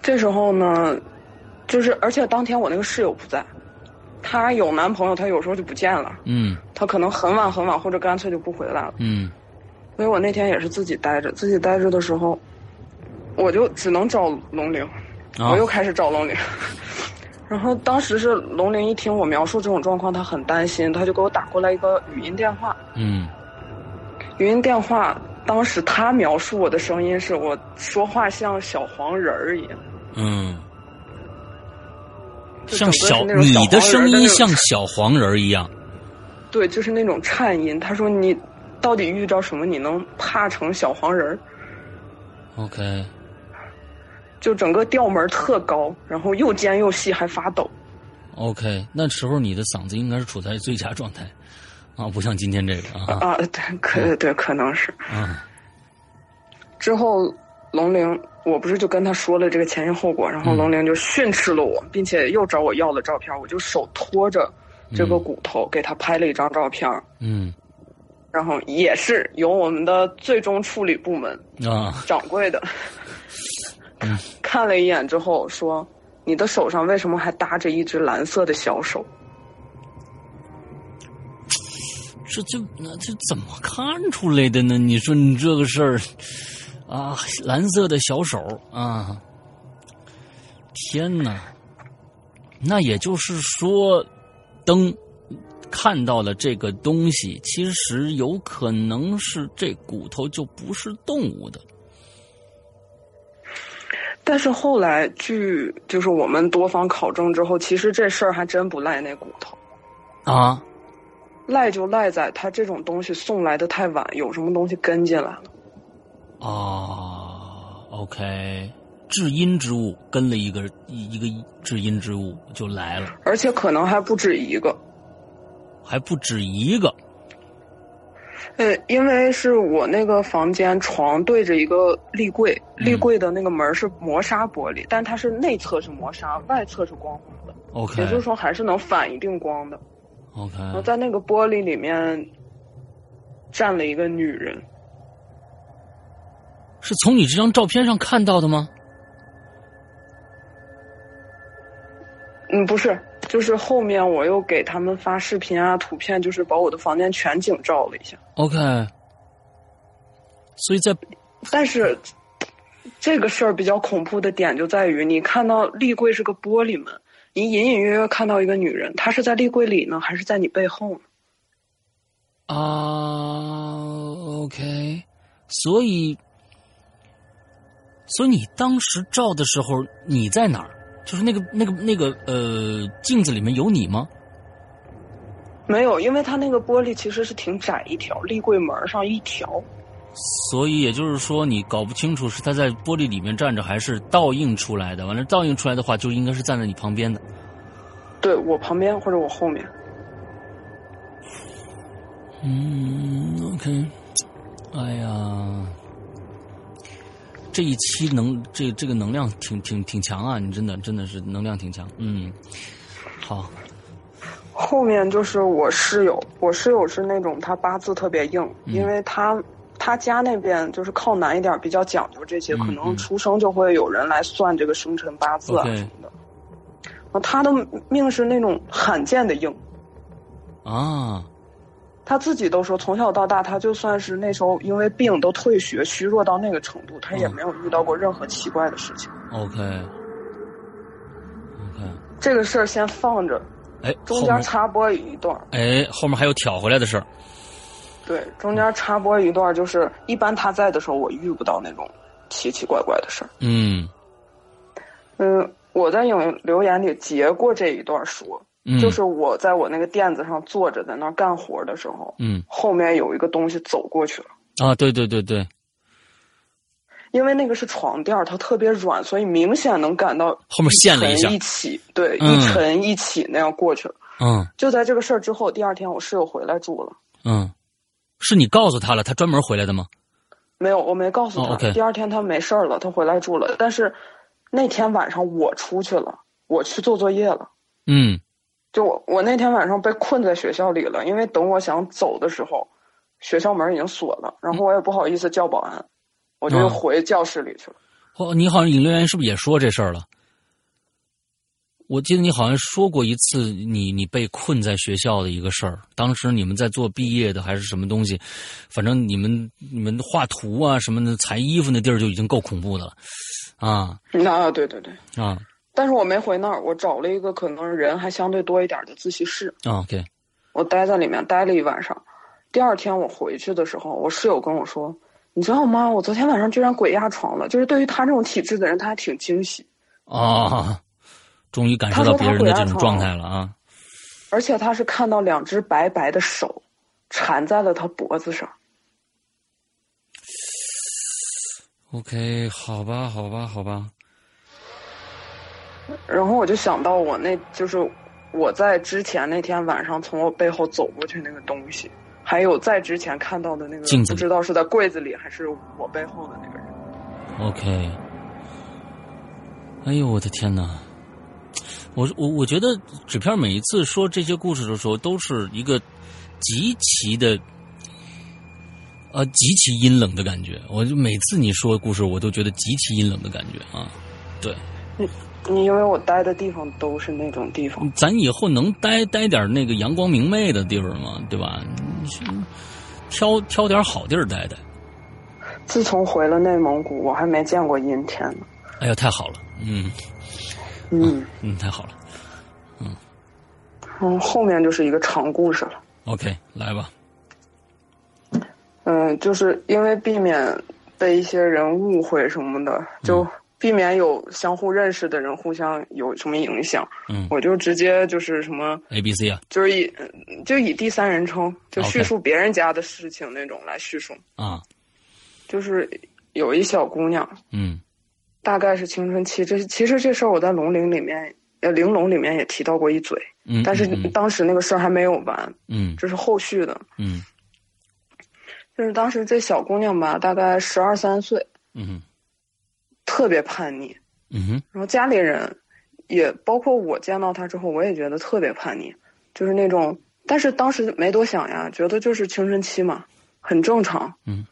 Speaker 7: 这时候呢，就是而且当天我那个室友不在，她有男朋友，她有时候就不见了，
Speaker 5: 嗯
Speaker 7: 她可能很晚很晚，或者干脆就不回来了。
Speaker 5: 嗯
Speaker 7: 所以我那天也是自己待着，自己待着的时候，我就只能找龙玲，
Speaker 5: 啊
Speaker 7: 我又开始找龙玲。 [LAUGHS] 然后当时是龙玲一听我描述这种状况，她很担心，她就给我打过来一个语音电话。
Speaker 5: 嗯
Speaker 7: 语音电话当时她描述我的声音是我说话像小黄人儿一样，
Speaker 5: 嗯。
Speaker 7: 就
Speaker 5: 像
Speaker 7: 整
Speaker 5: 小
Speaker 7: 个是那种
Speaker 5: 你的
Speaker 7: 小黄
Speaker 5: 声
Speaker 7: 人那
Speaker 5: 音
Speaker 7: 种
Speaker 5: 像小黄人儿一样，
Speaker 7: 对，就是那种颤音。她说你到底遇到什么，你能怕成小黄人儿？
Speaker 5: OK，
Speaker 7: 就整个调门儿特高，然后又尖又细，还发抖。
Speaker 5: OK，那时候你的嗓子应该是处在最佳状态啊，不像今天这个啊
Speaker 7: 啊，对，可对，可能是。
Speaker 5: 啊，
Speaker 7: 之后，龙玲，我不是就跟他说了这个前因后果，然后
Speaker 5: 嗯
Speaker 7: 龙玲就训斥了我，并且又找我要了照片，我就手托着这个骨头给他拍了一张照片，
Speaker 5: 嗯
Speaker 7: 然后也是由我们的最终处理部门
Speaker 5: 啊，
Speaker 7: 掌柜的、看了一眼之后说：“你的手上为什么还搭着一只蓝色的小手？”
Speaker 5: 这就那这怎么看出来的呢？你说你这个事儿啊，蓝色的小手啊，天哪！那也就是说，灯看到了这个东西，其实有可能是这骨头就不是动物的。
Speaker 7: 但是后来据就是我们多方考证之后，其实这事儿还真不赖那骨头。
Speaker 5: 啊，
Speaker 7: 赖就赖在他这种东西送来的太晚，有什么东西跟进来了。
Speaker 5: 啊，OK，至阴之物跟了一个一一个至阴之物就来了，
Speaker 7: 而且可能还不止一个。
Speaker 5: 还不止一个。
Speaker 7: 呃，因为是我那个房间床对着一个立柜，
Speaker 5: 嗯
Speaker 7: 立柜的那个门是磨砂玻璃，但它是内侧是磨砂，外侧是光滑的，
Speaker 5: OK 嗯
Speaker 7: 也就是说还是能反一定光的。
Speaker 5: OK，
Speaker 7: 然后在那个玻璃里面站了一个女人，
Speaker 5: 是从你这张照片上看到的吗？
Speaker 7: 嗯，不是，就是后面我又给他们发视频啊、图片，就是把我的房间全景照了一下。
Speaker 5: OK，所以在
Speaker 7: 但是这个事儿比较恐怖的点就在于，你看到立柜是个玻璃门，你隐隐约约看到一个女人，她是在立柜里呢，还是在你背后呢？
Speaker 5: 啊、o k 啊所以，所以你当时照的时候你在哪儿？就是那个那个那个呃，镜子里面有你吗？
Speaker 7: 没有，因为它那个玻璃其实是挺窄一条，立柜门上一条。
Speaker 5: 所以也就是说，你搞不清楚是他在玻璃里面站着，还是倒映出来的。完了，倒映出来的话，就应该是站在你旁边的。
Speaker 7: 对我旁边或者我后面，
Speaker 5: 嗯，OK。哎呀，这一期能这这个能量挺挺挺强啊！你真的真的是能量挺强。嗯，好，
Speaker 7: 后面就是我室友，我室友是那种他八字特别硬，
Speaker 5: 嗯
Speaker 7: 因为他他家那边就是靠南一点，比较讲究这些，
Speaker 5: 嗯
Speaker 7: 可
Speaker 5: 嗯
Speaker 7: 能出生就会有人来算这个生辰八字啊
Speaker 5: OK
Speaker 7: 什么的。然后他的命是那种罕见的硬，
Speaker 5: 啊，
Speaker 7: 他自己都说从小到大，他就算是那时候因为病都退学虚弱到那个程度，他也
Speaker 5: 嗯
Speaker 7: 没有遇到过任何奇怪的事情。
Speaker 5: OK，OK，、
Speaker 7: 这个事儿先放着，
Speaker 5: 哎，
Speaker 7: 中
Speaker 5: 后
Speaker 7: 间
Speaker 5: 面
Speaker 7: 插播一段儿。
Speaker 5: 哎后面还有挑回来的事儿。
Speaker 7: 对，中间插播一段，就是一般他在的时候，我遇不到那种奇奇怪怪的事儿。
Speaker 5: 嗯
Speaker 7: 嗯，我在影留言里截过这一段说，
Speaker 5: 嗯，
Speaker 7: 就是我在我那个垫子上坐着，在那儿干活的时候，
Speaker 5: 嗯
Speaker 7: 后面有一个东西走过去了。
Speaker 5: 啊，对对对对，
Speaker 7: 因为那个是床垫儿，它特别软，所以明显能感到
Speaker 5: 后面陷了一
Speaker 7: 一
Speaker 5: 下
Speaker 7: 沉一起，对，
Speaker 5: 嗯
Speaker 7: 一沉一起那样过去了。
Speaker 5: 嗯
Speaker 7: 就在这个事儿之后，第二天我室友回来住了，
Speaker 5: 嗯，是你告诉他了，他专门回来的吗？
Speaker 7: 没有，我没告诉他。
Speaker 5: 哦，OK
Speaker 7: 第二天他没事儿了，他回来住了。但是那天晚上我出去了，我去做作业了。
Speaker 5: 嗯
Speaker 7: 就我我那天晚上被困在学校里了，因为等我想走的时候，学校门已经锁了，然后我也不好意思叫保安，我就
Speaker 5: 嗯
Speaker 7: 又回教室里去了。
Speaker 5: 哦，你好像引流员是不是也说这事儿了？我记得你好像说过一次你，你被困在学校的一个事儿。当时你们在做毕业的还是什么东西，反正你们你们画图啊什么的，裁衣服那地儿就已经够恐怖的了，啊
Speaker 7: 啊，对对对，
Speaker 5: 啊
Speaker 7: 但是我没回那儿，我找了一个可能人还相对多一点的自习室，
Speaker 5: 啊！OK，
Speaker 7: 我待在里面待了一晚上。第二天我回去的时候，我室友跟我说：“你知道吗？我昨天晚上居然鬼压床了。”就是对于他这种体质的人，他还挺惊喜。
Speaker 5: 啊，终于感受到别人的这种状态了啊！
Speaker 7: 而且他是看到两只白白的手缠在了他脖子上。
Speaker 5: OK，好吧，好吧，好吧，
Speaker 7: 然后我就想到我那就是我在之前那天晚上从我背后走过去那个东西，还有在之前看到的那个
Speaker 5: 镜子
Speaker 7: 不
Speaker 5: 里
Speaker 7: 知道是在柜子里还是我背后的那个人。
Speaker 5: OK，哎呦我的天哪！我我我觉得纸片每一次说这些故事的时候，都是一个极其的，呃，极其阴冷的感觉。我就每次你说故事，我都觉得极其阴冷的感觉啊。对，
Speaker 7: 你因为我待的地方都是那种地方，
Speaker 5: 咱以后能待待点那个阳光明媚的地方吗？对吧？你是挑挑点好地儿待待。
Speaker 7: 自从回了内蒙古，我还没见过阴天呢。
Speaker 5: 哎呀，太好了，嗯
Speaker 7: 嗯，
Speaker 5: 嗯，太好了。
Speaker 7: 嗯，后面就是一个长故事了。
Speaker 5: OK，来吧，
Speaker 7: 嗯，就是因为避免被一些人误会什么的，就避免有相互认识的人互相有什么影响，
Speaker 5: 嗯
Speaker 7: 我就直接就是什么，
Speaker 5: ，A B C 啊
Speaker 7: 就是以就以第三人称，就
Speaker 5: OK
Speaker 7: 叙述别人家的事情那种来叙述。
Speaker 5: 啊，
Speaker 7: 就是有一小姑娘，
Speaker 5: 嗯
Speaker 7: 大概是青春期，这其实这事儿我在龙陵里面，呃，玲珑里面也提到过一嘴，
Speaker 5: 嗯，
Speaker 7: 但是
Speaker 5: 嗯嗯
Speaker 7: 当时那个事儿还没有完，
Speaker 5: 嗯
Speaker 7: 这是后续的。
Speaker 5: 嗯
Speaker 7: 就是当时这小姑娘吧，大概十二三岁，
Speaker 5: 嗯
Speaker 7: 特别叛逆，
Speaker 5: 嗯哼
Speaker 7: 然后家里人也包括我见到她之后，我也觉得特别叛逆，就是那种，但是当时没多想呀，觉得就是青春期嘛，很正常。
Speaker 5: 嗯。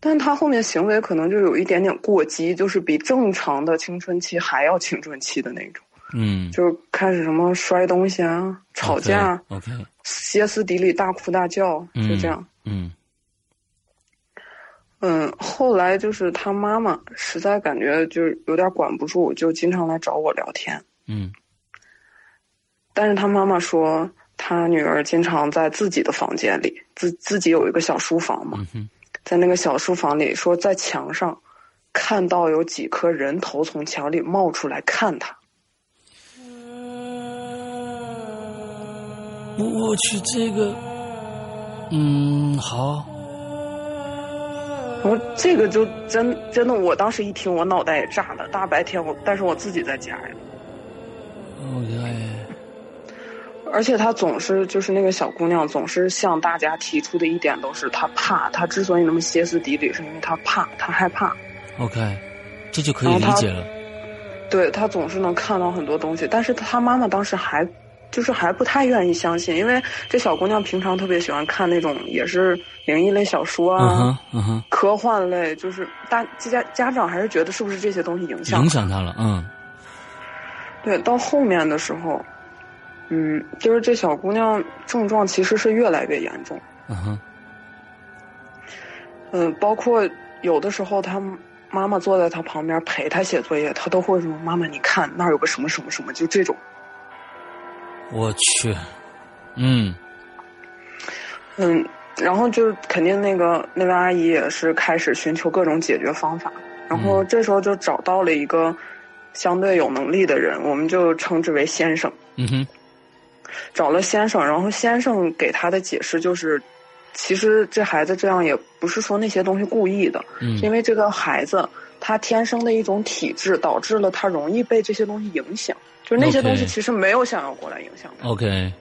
Speaker 7: 但她后面行为可能就有一点点过激，就是比正常的青春期还要青春期的那种。
Speaker 5: 嗯，
Speaker 7: 就开始什么摔东西啊、吵架、
Speaker 5: OK，
Speaker 7: 歇斯底里、大哭大叫，
Speaker 5: 嗯
Speaker 7: 就这样。
Speaker 5: 嗯
Speaker 7: 嗯，后来就是他妈妈实在感觉就是有点管不住，就经常来找我聊天。
Speaker 5: 嗯
Speaker 7: 但是他妈妈说，他女儿经常在自己的房间里，自自己有一个小书房嘛，
Speaker 5: 嗯哼，
Speaker 7: 在那个小书房里说，在墙上看到有几颗人头从墙里冒出来看他。
Speaker 5: 我我去这个，嗯，好，
Speaker 7: 我说这个就真真的，我当时一听，我脑袋也炸了。大白天我，但是我自己在家呀，
Speaker 5: OK，
Speaker 7: 而且他总是就是那个小姑娘，总是向大家提出的一点都是她怕，她之所以那么歇斯底里，是因为她怕，她害怕。
Speaker 5: OK，这就可以
Speaker 7: 然后
Speaker 5: 理
Speaker 7: 他
Speaker 5: 解了。
Speaker 7: 对他总是能看到很多东西，但是他妈妈当时还就是还不太愿意相信，因为这小姑娘平常特别喜欢看那种也是灵异类小说
Speaker 5: 嗯
Speaker 7: 啊、
Speaker 5: 哼，嗯哼，
Speaker 7: 科幻类，就是大家家长还是觉得是不是这些东西影响？
Speaker 5: 影响他了。嗯
Speaker 7: 对，到后面的时候，嗯，就是这小姑娘症状其实是越来越严重，
Speaker 5: 嗯哼，
Speaker 7: 嗯，包括有的时候她妈妈坐在她旁边陪她写作业，她都会说：“妈妈，你看那儿有个什么什么什么”，就这种。
Speaker 5: 我去，嗯
Speaker 7: 嗯，然后就是肯定那个那位阿姨也是开始寻求各种解决方法，然后这时候就找到了一个相对有能力的人，我们就称之为先生。
Speaker 5: 嗯哼，
Speaker 7: 找了先生，然后先生给他的解释就是，其实这孩子这样也不是说那些东西故意的，
Speaker 5: 嗯
Speaker 7: 是因为这个孩子他天生的一种体质导致了他容易被这些东西影响，就是那些
Speaker 5: OK 哦
Speaker 7: 东西其实没有想要过来影响他。
Speaker 5: ，OK，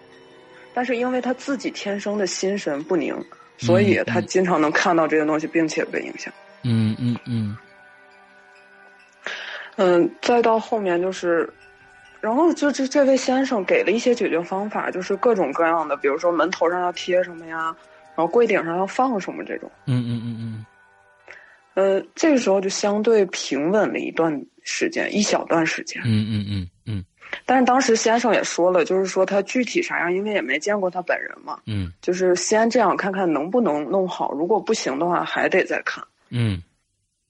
Speaker 7: 但是因为他自己天生的心神不宁，
Speaker 5: 嗯
Speaker 7: 所以他经常能看到这些东西，并且被影响。
Speaker 5: 嗯嗯嗯
Speaker 7: 嗯，再到后面就是，然后就这这位先生给了一些解决方法，就是各种各样的，比如说门头上要贴什么呀，然后柜顶上要放什么这种。
Speaker 5: 嗯嗯嗯嗯
Speaker 7: 呃，这个时候就相对平稳了一段时间，一小段时间。
Speaker 5: 嗯嗯嗯嗯
Speaker 7: 但是当时先生也说了，就是说他具体啥样，因为也没见过他本人嘛，
Speaker 5: 嗯
Speaker 7: 就是先这样看看能不能弄好，如果不行的话，还得再看。
Speaker 5: 嗯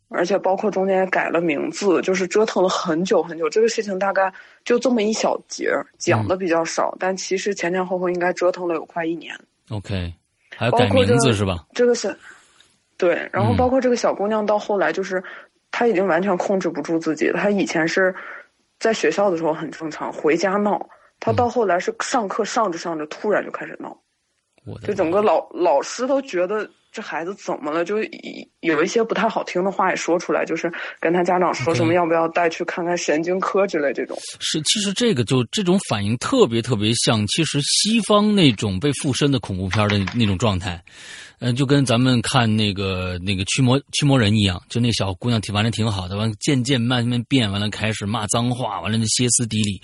Speaker 7: 而且包括中间也改了名字，就是折腾了很久很久。这个事情大概就这么一小节儿，讲的比较少，但其实前前后后应该折腾了有快一年。
Speaker 5: ，OK，还要
Speaker 7: 包
Speaker 5: 改
Speaker 7: 括
Speaker 5: 名
Speaker 7: 这
Speaker 5: 字是吧？
Speaker 7: 这个是，对，然后
Speaker 5: 嗯
Speaker 7: 包括这个小姑娘到后来就是，她已经完全控制不住自己了。她以前是在学校的时候很正常，回家闹。她到后来是上课上着上着，突然就开始闹，
Speaker 5: 我的
Speaker 7: 就整个老老师都觉得这孩子怎么了，就以有一些不太好听的话也说出来，就是跟他家长说什么
Speaker 5: OK
Speaker 7: 要不要带去看看神经科之类这种。
Speaker 5: 是，其实这个就这种反应特别特别像，其实西方那种被附身的恐怖片的那种状态，嗯、就跟咱们看那个那个驱魔驱魔人一样，就那小姑娘挺玩的挺好的，完了渐渐慢慢变，完了开始骂脏话，完了就歇斯底里，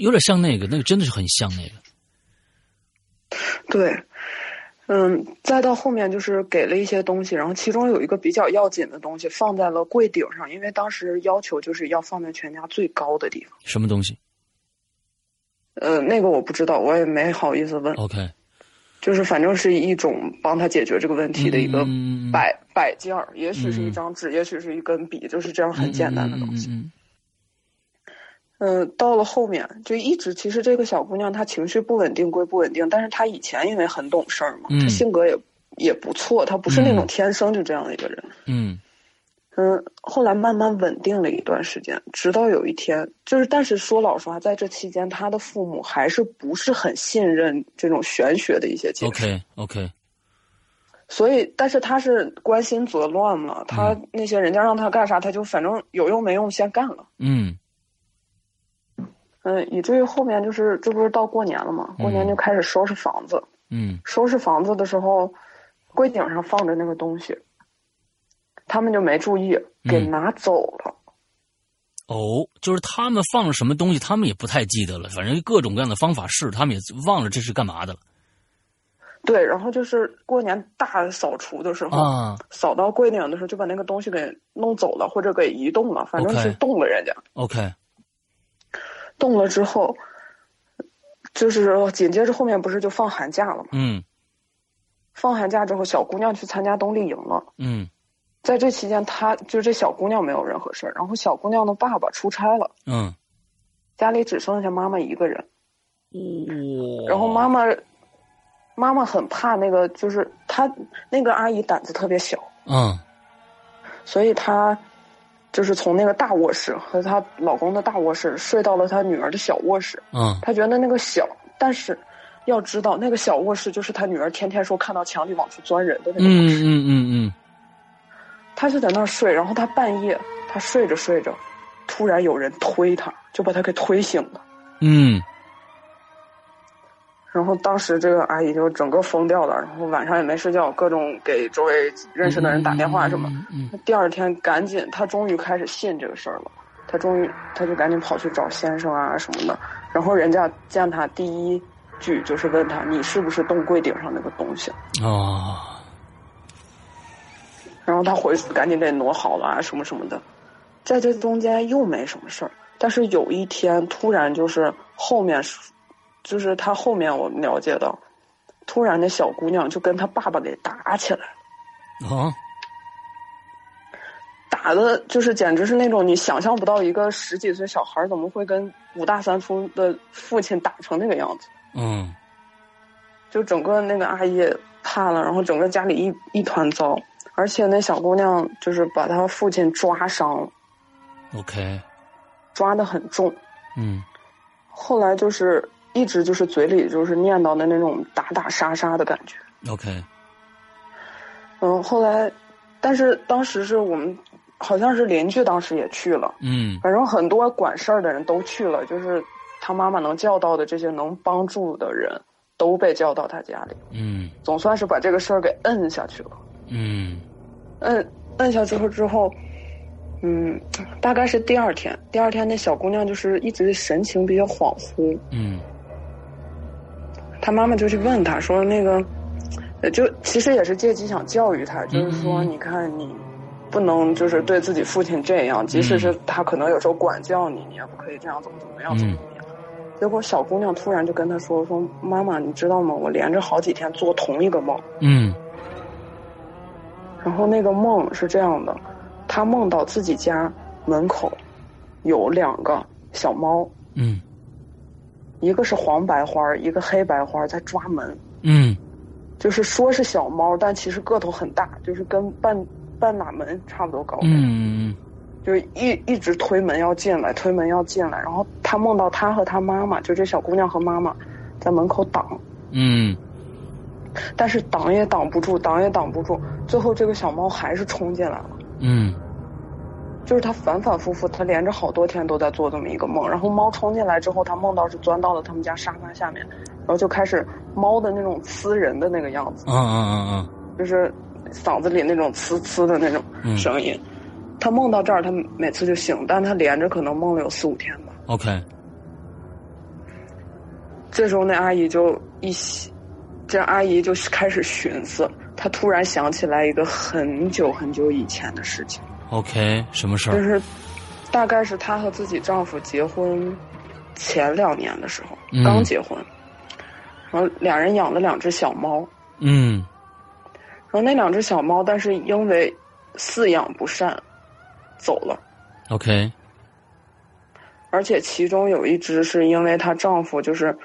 Speaker 5: 有点像那个，那个真的是很像那个，
Speaker 7: 对，嗯，再到后面就是给了一些东西，然后其中有一个比较要紧的东西放在了柜顶上，因为当时要求就是要放在全家最高的地方。
Speaker 5: 什么东西
Speaker 7: 呃，那个我不知道，我也没好意思问，
Speaker 5: ？OK，
Speaker 7: 就是反正是一种帮他解决这个问题的一个
Speaker 5: 嗯嗯嗯嗯
Speaker 7: 摆、摆件儿，也许是
Speaker 5: 嗯
Speaker 7: 一张纸，也许是一根笔，就是这样很简单的东西。
Speaker 5: 嗯
Speaker 7: 嗯，到了后面就一直，其实这个小姑娘她情绪不稳定归不稳定，但是她以前因为很懂事儿嘛，
Speaker 5: 嗯
Speaker 7: 她性格也也不错，她不是那
Speaker 5: 嗯
Speaker 7: 种天生就这样的一个人。
Speaker 5: 嗯
Speaker 7: 嗯，后来慢慢稳定了一段时间，直到有一天，就是但是说老实话，在这期间，她的父母还是不是很信任这种玄学的一些解释。
Speaker 5: ，OK OK，
Speaker 7: 所以，但是她是关心则乱嘛，她
Speaker 5: 嗯
Speaker 7: 那些人家让她干啥，她就反正有用没用先干了。
Speaker 5: 嗯
Speaker 7: 嗯，以至于后面就是这不是到过年了嘛，过年
Speaker 5: 嗯
Speaker 7: 就开始收拾房子。
Speaker 5: 嗯
Speaker 7: 收拾房子的时候，柜顶上放着那个东西，他们就没注意，给
Speaker 5: 嗯
Speaker 7: 拿走了。
Speaker 5: 哦，就是他们放了什么东西，他们也不太记得了，反正各种各样的方法试，他们也忘了这是干嘛的了
Speaker 7: 对，然后就是过年大扫除的时候，
Speaker 5: 啊。
Speaker 7: 扫到柜顶的时候就把那个东西给弄走了，或者给移动了，反正
Speaker 5: OK
Speaker 7: 是动了人家。
Speaker 5: OK，
Speaker 7: 动了之后，就是紧接着后面不是就放寒假了嘛？
Speaker 5: 嗯
Speaker 7: 放寒假之后，小姑娘去参加冬令营了。
Speaker 5: 嗯
Speaker 7: 在这期间，她就这小姑娘没有任何事儿，然后小姑娘的爸爸出差了，
Speaker 5: 嗯，
Speaker 7: 家里只剩下妈妈一个人。
Speaker 5: 哇
Speaker 7: 然后妈妈，妈妈很怕那个，就是她那个阿姨胆子特别小，
Speaker 5: 嗯
Speaker 7: 所以她就是从那个大卧室和她老公的大卧室睡到了她女儿的小卧室。
Speaker 5: 嗯
Speaker 7: 她觉得那个小，但是要知道那个小卧室就是她女儿天天说看到墙里往出钻人的那
Speaker 5: 嗯
Speaker 7: 个卧室。
Speaker 5: 嗯嗯嗯
Speaker 7: 她就在那儿睡，然后她半夜她睡着睡着，突然有人推她，就把她给推醒了。
Speaker 5: 嗯
Speaker 7: 然后当时这个阿姨就整个疯掉了，然后晚上也没睡觉，各种给周围认识的人打电话什么。
Speaker 5: 嗯
Speaker 7: 第二天赶紧，她终于开始信这个事儿了。她终于，她就赶紧跑去找先生啊什么的。然后人家见她第一句就是问她：“你是不是动柜顶上那个东西啊
Speaker 5: 嗯哦，？”
Speaker 7: 然后她回去赶紧给挪好了啊什么什么的。在这中间又没什么事儿，但是有一天突然就是后面是，就是她后面我了解到，突然那小姑娘就跟她爸爸给打起来了。
Speaker 5: 哦，
Speaker 7: 打的就是简直是那种你想象不到，一个十几岁小孩儿怎么会跟五大三粗的父亲打成那个样子？
Speaker 5: 嗯
Speaker 7: 就整个那个阿姨也怕了，然后整个家里一一团糟，而且那小姑娘就是把她父亲抓伤了，
Speaker 5: ，OK，
Speaker 7: 抓得很重。
Speaker 5: 嗯
Speaker 7: 后来就是一直就是嘴里就是念叨的那种打打杀杀的感觉。
Speaker 5: ，OK，
Speaker 7: 嗯，后来，但是当时是我们好像是邻居当时也去了。
Speaker 5: 嗯
Speaker 7: 反正很多管事儿的人都去了，就是他妈妈能叫到的这些能帮助的人都被叫到他家里，
Speaker 5: 嗯
Speaker 7: 总算是把这个事儿给摁下去了。
Speaker 5: 嗯
Speaker 7: 摁摁下去了之后，嗯，大概是第二天，第二天那小姑娘就是一直神情比较恍惚，
Speaker 5: 嗯
Speaker 7: 她妈妈就去问她说那个，呃就其实也是借机想教育她，就是说
Speaker 5: 嗯
Speaker 7: 你看你。不能就是对自己父亲这样，即使是他可能有时候管教你，你也不可以这样，怎么怎么样，怎么怎么样。结果小姑娘突然就跟他说：“说妈妈，你知道吗？我连着好几天做同一个梦，
Speaker 5: 嗯
Speaker 7: 然后那个梦是这样的，她梦到自己家门口有两个小猫，
Speaker 5: 嗯
Speaker 7: 一个是黄白花，一个黑白花在抓门，
Speaker 5: 嗯
Speaker 7: 就是说是小猫，但其实个头很大，就是跟半半拉门差不多高。”
Speaker 5: 嗯
Speaker 7: 就是一一直推门要进来，推门要进来，然后她梦到她和她妈妈，就这小姑娘和妈妈在门口挡，
Speaker 5: 嗯
Speaker 7: 但是挡也挡不住，挡也挡不住，最后这个小猫还是冲进来了。
Speaker 5: 嗯
Speaker 7: 就是它反反复复，它连着好多天都在做这么一个梦。然后猫冲进来之后，它梦到是钻到了他们家沙发下面，然后就开始猫的那种呲人的那个样子，
Speaker 5: 啊啊啊
Speaker 7: 就是嗓子里那种呲呲的那种
Speaker 5: 嗯
Speaker 7: 声音。它梦到这儿，它每次就醒，但它连着可能梦了有四五天吧。
Speaker 5: ，OK，
Speaker 7: 这时候那阿姨就一洗，这阿姨就开始寻思，她突然想起来一个很久很久以前的事情，
Speaker 5: OK，什么事
Speaker 7: 就
Speaker 5: 儿？
Speaker 7: 是大概是她和自己丈夫结婚前两年的时候，
Speaker 5: 嗯
Speaker 7: 刚结婚，然后俩人养了两只小猫，
Speaker 5: 嗯
Speaker 7: 然后那两只小猫，但是因为饲养不善，走了。
Speaker 5: ，OK，
Speaker 7: 而且其中有一只是因为她丈夫就是，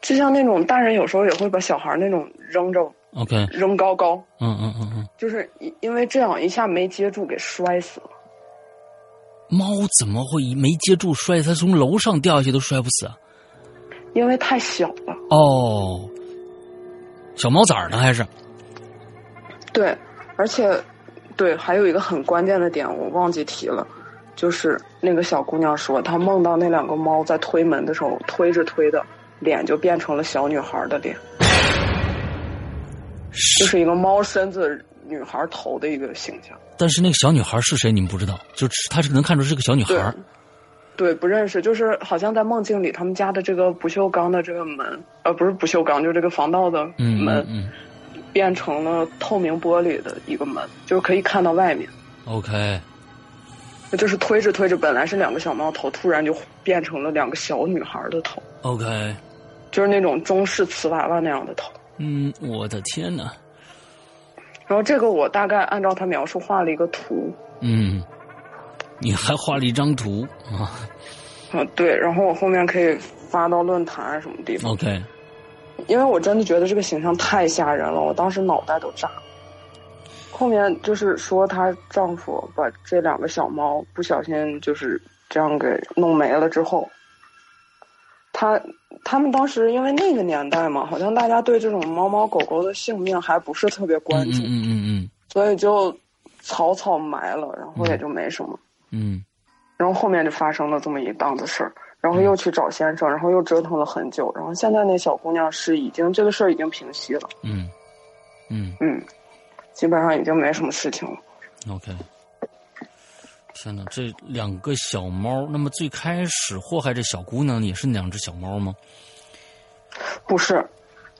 Speaker 7: 就像那种大人有时候也会把小孩那种扔着
Speaker 5: OK，
Speaker 7: 扔高高，
Speaker 5: 嗯嗯嗯嗯，
Speaker 7: 就是因因为这样一下没接住，给摔死了。
Speaker 5: 猫怎么会没接住摔？它从楼上掉下去都摔不死啊！
Speaker 7: 因为太小了，
Speaker 5: 哦，小猫崽儿呢还是？
Speaker 7: 对，而且，对，还有一个很关键的点我忘记提了，就是那个小姑娘说，她梦到那两个猫在推门的时候，推着推的，脸就变成了小女孩的脸，就是一个猫身子、女孩头的一个形象。
Speaker 5: 但是那个小女孩是谁？你们不知道，就是她是能看出是个小女孩
Speaker 7: 对
Speaker 5: 儿。，
Speaker 7: 对，不认识，就是好像在梦境里，他们家的这个不锈钢的这个门，呃，不是不锈钢，就是这个防盗的
Speaker 5: 嗯
Speaker 7: 门，
Speaker 5: 嗯嗯
Speaker 7: 变成了透明玻璃的一个门，就是可以看到外面。
Speaker 5: ，OK，
Speaker 7: 就是推着推着，本来是两个小猫头，突然就变成了两个小女孩的头，
Speaker 5: ？OK，
Speaker 7: 就是那种中式瓷娃娃那样的头。
Speaker 5: 嗯，我的天哪，
Speaker 7: 然后这个我大概按照他描述画了一个图，
Speaker 5: 嗯，你还画了一张图啊
Speaker 7: 啊，对，然后我后面可以发到论坛啊什么地方，
Speaker 5: ？OK，
Speaker 7: 因为我真的觉得这个形象太吓人了，我当时脑袋都炸了。后面就是说她丈夫把这两个小猫不小心就是这样给弄没了之后，她他们当时因为那个年代嘛，好像大家对这种猫猫狗狗的性命还不是特别
Speaker 5: 嗯
Speaker 7: 关
Speaker 5: 嗯
Speaker 7: 注，
Speaker 5: 嗯嗯
Speaker 7: 所以就草草埋了，然后也就没什么。
Speaker 5: 嗯
Speaker 7: 然后后面就发生了这么一档子事儿，然后又去找先生，然后又折腾了很久，然后现在那小姑娘是已经这个事儿已经平息了，
Speaker 5: 嗯嗯嗯
Speaker 7: 嗯，基本上已经没什么事情了。
Speaker 5: 嗯，OK。天哪，这两个小猫，那么最开始祸害这小姑娘的也是那两只小猫吗？
Speaker 7: 不是，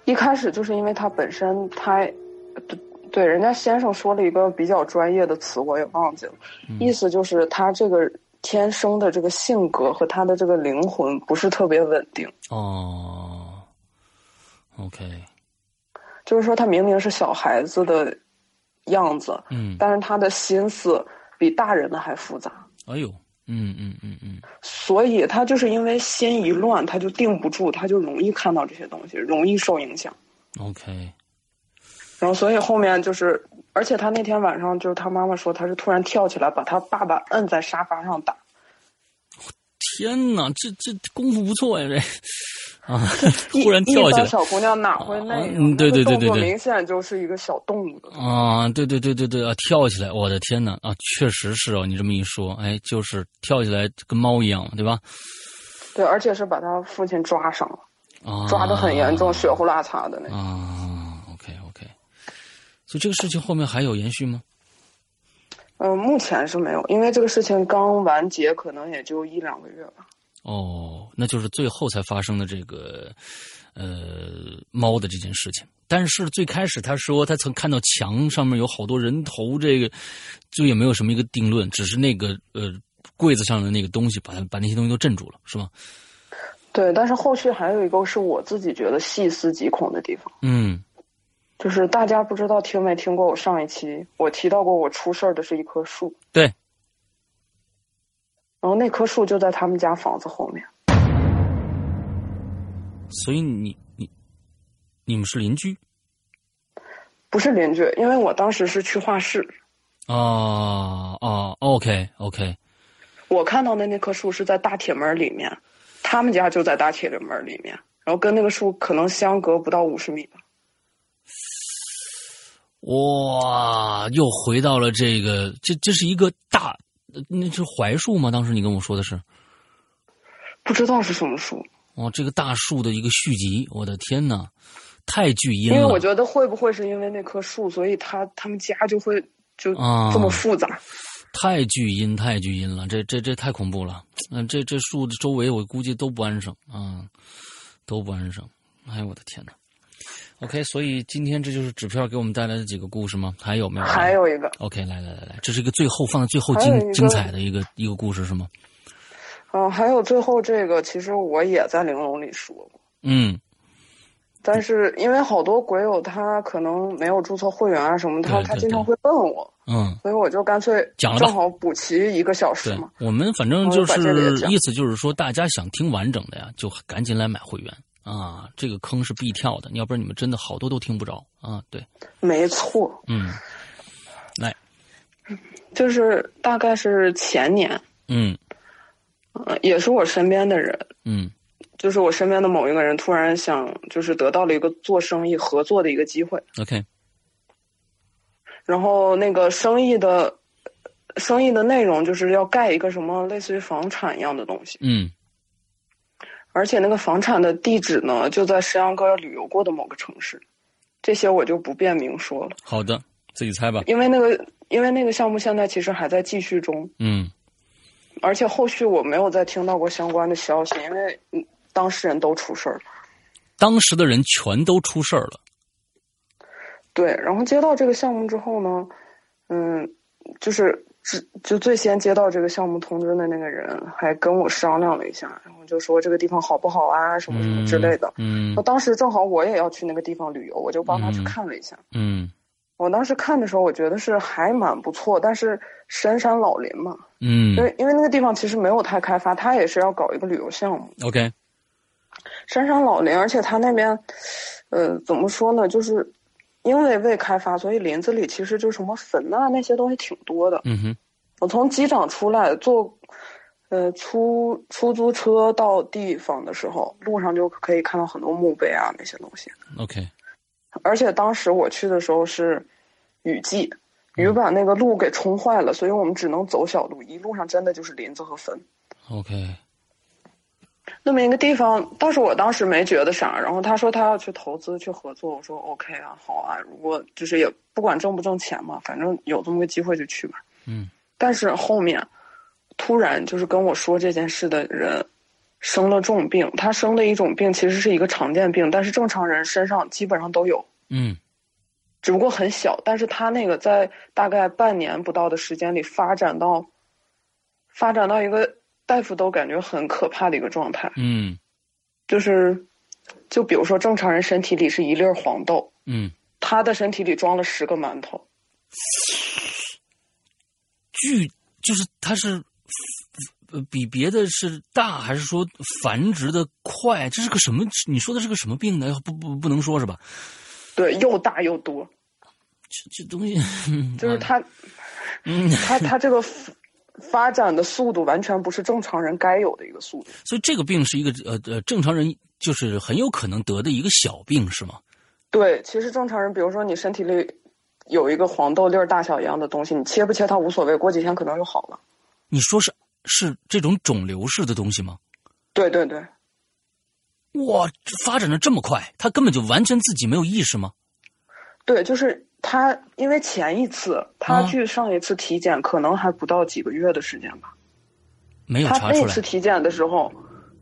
Speaker 7: 一开始就是因为她本身她，对对，人家先生说了一个比较专业的词，我也忘记了，意思就是她这个天生的这个性格和她的这个灵魂不是特别稳定。
Speaker 5: 哦，OK，
Speaker 7: 就是说，她明明是小孩子的样子，
Speaker 5: 嗯，
Speaker 7: 但是他的心思比大人的还复杂，
Speaker 5: 哎呦，嗯嗯嗯嗯
Speaker 7: 所以他就是因为心一乱，他就定不住，他就容易看到这些东西，容易受影响。
Speaker 5: ，OK，
Speaker 7: 然后，所以后面就是，而且他那天晚上就是他妈妈说，他是突然跳起来把他爸爸摁在沙发上打，
Speaker 5: 天哪，这这功夫不错呀，这啊，
Speaker 7: 一
Speaker 5: 突然跳
Speaker 7: 一
Speaker 5: 起
Speaker 7: 般
Speaker 5: 来
Speaker 7: 小姑娘哪会那样？
Speaker 5: 嗯对对对
Speaker 7: 那个动
Speaker 5: 对
Speaker 7: 作
Speaker 5: 对
Speaker 7: 明显就是一个小动物的。
Speaker 5: 啊，对对对对对啊，跳起来，我的天哪啊，确实是哦，你这么一说，哎，就是跳起来跟猫一样，对吧？
Speaker 7: 对，而且是把他父亲抓伤了，
Speaker 5: 啊，
Speaker 7: 抓得很严重，血呼啦擦的那种。
Speaker 5: 啊，OK OK，所以这个事情后面还有延续吗？
Speaker 7: 嗯，目前是没有，因为这个事情刚完结，可能也就一两个月吧。
Speaker 5: 哦，那就是最后才发生的这个，呃，猫的这件事情。但是最开始他说他曾看到墙上面有好多人头，这个就也没有什么一个定论，只是那个呃柜子上的那个东西把它把那些东西都镇住了，是吗？
Speaker 7: 对，但是后续还有一个是我自己觉得细思极恐的地方，
Speaker 5: 嗯，
Speaker 7: 就是大家不知道听没听过我上一期我提到过我出事儿的是一棵树，
Speaker 5: 对，
Speaker 7: 然后那棵树就在他们家房子后面。
Speaker 5: 所以你你你们是邻居
Speaker 7: 不是邻居，因为我当时是去画室，
Speaker 5: 啊啊，OK OK，
Speaker 7: 我看到的那棵树是在大铁门里面，他们家就在大铁门里面，然后跟那个树可能相隔不到五十米吧。
Speaker 5: 哇，又回到了这个，这这是一个大，呃那是槐树吗？当时你跟我说的是，
Speaker 7: 不知道是什么树，
Speaker 5: 哦，这个大树的一个续集，我的天呐，太巨婴
Speaker 7: 因
Speaker 5: 了。
Speaker 7: 为我觉得会不会是因为那棵树，所以他他们家就会就
Speaker 5: 啊
Speaker 7: 这么复杂。
Speaker 5: 太巨阴，太巨阴了，这这这太恐怖了。嗯、这这树的周围我估计都不安生啊、都不安生。哎呦我的天哪！OK，所以今天这就是纸片给我们带来的几个故事吗？还有没有？
Speaker 7: 还有一个，
Speaker 5: OK，来来来来，这是一个最后放在最后
Speaker 7: 还有一
Speaker 5: 精
Speaker 7: 个
Speaker 5: 精彩的一个一个故事是吗？
Speaker 7: 嗯，还有最后这个，其实我也在玲珑里说过，
Speaker 5: 嗯，
Speaker 7: 但是因为好多鬼友他可能没有注册会员啊什么，他
Speaker 5: 对
Speaker 7: 他
Speaker 5: 对
Speaker 7: 经常会问我，
Speaker 5: 嗯，
Speaker 7: 所以我就干脆
Speaker 5: 讲了吧
Speaker 7: 正好补齐一个小时
Speaker 5: 对
Speaker 7: 嘛。，
Speaker 5: 我们反正就
Speaker 7: 我把这个
Speaker 5: 是
Speaker 7: 也讲
Speaker 5: 意思就是说，大家想听完整的呀，就赶紧来买会员啊，这个坑是必跳的，要不然你们真的好多都听不着啊。对，
Speaker 7: 没错，
Speaker 5: 嗯
Speaker 7: 就是大概是前年，
Speaker 5: 嗯
Speaker 7: 呃也是我身边的人，
Speaker 5: 嗯
Speaker 7: 就是我身边的某一个人突然想，就是得到了一个做生意合作的一个机会，
Speaker 5: ，OK，
Speaker 7: 然后那个生意的。生意的内容就是要盖一个什么类似于房产一样的东西，
Speaker 5: 嗯
Speaker 7: 而且那个房产的地址呢，就在石阳哥旅游过的某个城市，这些我就不便明说了，
Speaker 5: 好的，自己猜吧。
Speaker 7: 因为那个因为那个项目现在其实还在继续中，
Speaker 5: 嗯
Speaker 7: 而且后续我没有再听到过相关的消息，因为嗯当事人都出事儿了。
Speaker 5: 当时的人全都出事儿了。
Speaker 7: 对，然后接到这个项目之后呢，嗯，就是只就最先接到这个项目通知的那个人还跟我商量了一下，然后就说这个地方好不好啊，什么什么之类的。
Speaker 5: 嗯
Speaker 7: 我当时正好我也要去那个地方旅游，我就帮他去
Speaker 5: 嗯
Speaker 7: 看了一下。
Speaker 5: 嗯
Speaker 7: 我当时看的时候，我觉得是还蛮不错，但是深山老林嘛，
Speaker 5: 嗯
Speaker 7: 因为因为那个地方其实没有太开发，它也是要搞一个旅游项目，
Speaker 5: ，OK，
Speaker 7: 深山老林，而且它那边，呃，怎么说呢，就是因为未开发，所以林子里其实就什么坟啊那些东西挺多的。
Speaker 5: 嗯哼，
Speaker 7: 我从机场出来坐，呃，出出租车到地方的时候，路上就可以看到很多墓碑啊那些东西。
Speaker 5: OK，
Speaker 7: 而且当时我去的时候是雨季，雨把那个路给冲坏了，所以我们只能走小路，一路上真的就是林子和坟。
Speaker 5: OK，
Speaker 7: 那么一个地方，倒是我当时没觉得啥。然后他说他要去投资去合作，我说 OK 啊，好啊，如果就是也不管挣不挣钱嘛，反正有这么个机会就去吧。
Speaker 5: 嗯。
Speaker 7: 但是后面突然就是跟我说这件事的人生了重病，他生的一种病其实是一个常见病，但是正常人身上基本上都有，
Speaker 5: 嗯
Speaker 7: 只不过很小。但是他那个在大概半年不到的时间里发展到发展到一个大夫都感觉很可怕的一个状态。
Speaker 5: 嗯
Speaker 7: 就是，就比如说正常人身体里是一粒儿黄豆，
Speaker 5: 嗯，
Speaker 7: 他的身体里装了十个馒头，
Speaker 5: 巨就是它是。呃，比别的是大，还是说繁殖的快？这是个什么？你说的是个什么病呢？不不不能说是吧？
Speaker 7: 对，又大又多，
Speaker 5: 这这东西，
Speaker 7: [LAUGHS] 就是他，
Speaker 5: 嗯，
Speaker 7: 他他这个发发展的速度完全不是正常人该有的一个速度。
Speaker 5: 所以这个病是一个呃呃正常人就是很有可能得的一个小病是吗？
Speaker 7: 对，其实正常人，比如说你身体里有一个黄豆粒儿大小一样的东西，你切不切它无所谓，过几天可能就好了。
Speaker 5: 你说是是这种肿瘤式的东西吗？
Speaker 7: 对对对，
Speaker 5: 哇，发展的这么快，他根本就完全自己没有意识吗？
Speaker 7: 对，就是他，因为前一次他
Speaker 5: 啊
Speaker 7: 去上一次体检，可能还不到几个月的时间吧。
Speaker 5: 没有
Speaker 7: 他
Speaker 5: 查出
Speaker 7: 那
Speaker 5: 来
Speaker 7: 次，体检的时候，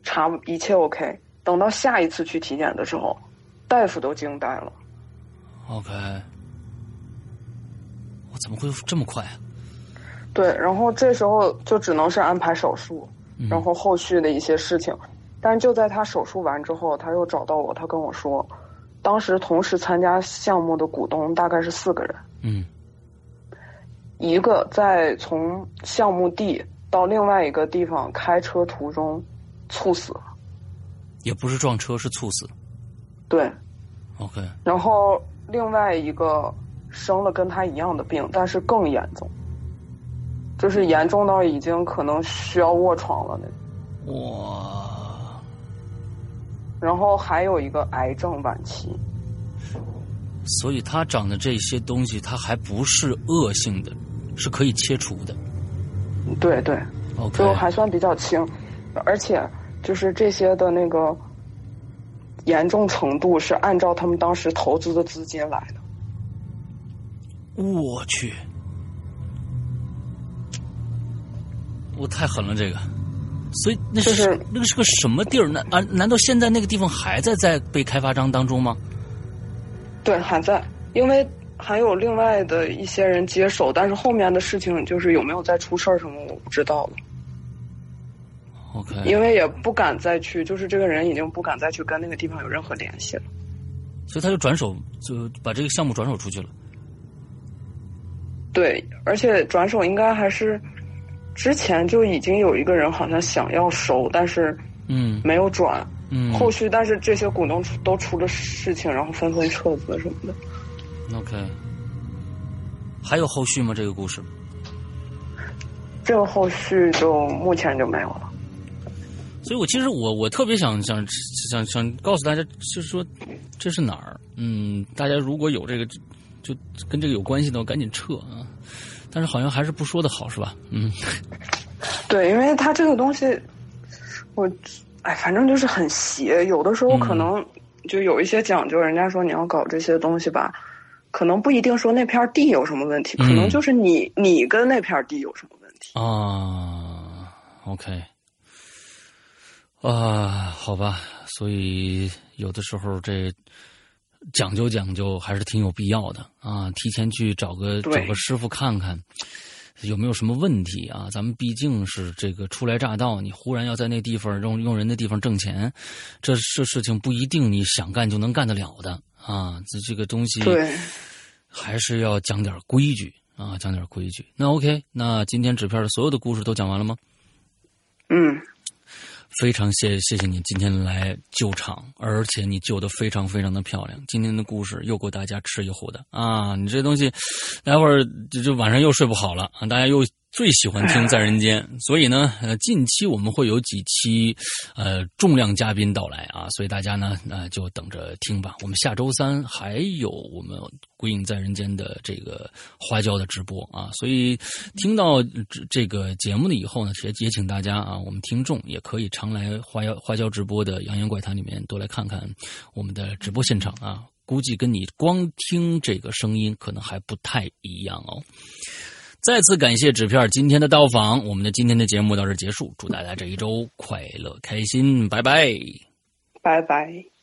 Speaker 7: 查一切 OK，等到下一次去体检的时候，大夫都惊呆了。
Speaker 5: OK，我怎么会这么快啊？
Speaker 7: 对，然后这时候就只能是安排手术，
Speaker 5: 嗯
Speaker 7: 然后后续的一些事情。但是就在他手术完之后，他又找到我，他跟我说，当时同时参加项目的股东大概是四个人，
Speaker 5: 嗯
Speaker 7: 一个在从项目地到另外一个地方开车途中猝死了。
Speaker 5: 也不是撞车，是猝死。
Speaker 7: 对，
Speaker 5: OK，
Speaker 7: 然后另外一个生了跟他一样的病，但是更严重，就是严重到已经可能需要卧床了那种。
Speaker 5: 哇，
Speaker 7: 然后还有一个癌症晚期，
Speaker 5: 所以他长的这些东西，它还不是恶性的，是可以切除的。
Speaker 7: 对对，
Speaker 5: OK，
Speaker 7: 就还算比较轻，而且就是这些的那个严重程度是按照他们当时投资的资金来的。
Speaker 5: 我去，我太狠了这个。所以那是、
Speaker 7: 就是
Speaker 5: 那个是个什么地儿？难啊？难道现在那个地方还在在被开发商当中吗？
Speaker 7: 对，还在，因为还有另外的一些人接手，但是后面的事情就是有没有再出事儿什么，我不知道了。
Speaker 5: OK，
Speaker 7: 因为也不敢再去，就是这个人已经不敢再去跟那个地方有任何联系了。
Speaker 5: 所以他就转手就把这个项目转手出去了。
Speaker 7: 对，而且转手应该还是之前就已经有一个人好像想要收，但是
Speaker 5: 嗯
Speaker 7: 没有转。
Speaker 5: 嗯
Speaker 7: 后续但是这些股东出都出了事情，然后纷纷撤资什么的。
Speaker 5: ，OK，还有后续吗？这个故事？
Speaker 7: 这个后续就目前就没有了。
Speaker 5: 所以我其实我我特别想想想想告诉大家，就是说这是哪儿？嗯，大家如果有这个就跟这个有关系的，我赶紧撤啊！但是好像还是不说的好，是吧？嗯
Speaker 7: 对，因为他这个东西，我哎，反正就是很邪。有的时候可能就有一些讲究，人家说你要搞这些东西吧，可能不一定说那片地有什么问题，可能
Speaker 5: 嗯
Speaker 7: 就是你你跟那片地有什么问题。
Speaker 5: 啊，OK，啊，好吧，所以有的时候这。讲究讲究还是挺有必要的啊！提前去找个
Speaker 7: 对
Speaker 5: 找个师傅看看，有没有什么问题啊？咱们毕竟是这个初来乍到，你忽然要在那地方用用人的地方挣钱，这这事情不一定你想干就能干得了的啊。这这个东西，
Speaker 7: 对，
Speaker 5: 还是要讲点规矩啊，讲点规矩。那 OK，那今天纸片的所有的故事都讲完了吗？
Speaker 7: 嗯，
Speaker 5: 非常谢谢谢你今天来救场，而且你救的非常非常的漂亮。今天的故事又够大家吃一壶的啊！你这东西，待会儿就就晚上又睡不好了啊！大家又最喜欢听在人间，所以呢，呃，近期我们会有几期呃重量嘉宾到来啊，所以大家呢，呃，就等着听吧。我们下周三还有我们《归隐在人间》的这个花椒的直播啊，所以听到这这个节目了以后呢，也也请大家啊，我们听众也可以常来花椒花椒直播的《洋洋怪谈》里面多来看看我们的直播现场啊。估计跟你光听这个声音可能还不太一样哦。再次感谢纸片今天的到访，我们的今天的节目到这儿结束，祝大家这一周快乐开心，拜拜。
Speaker 7: 拜拜。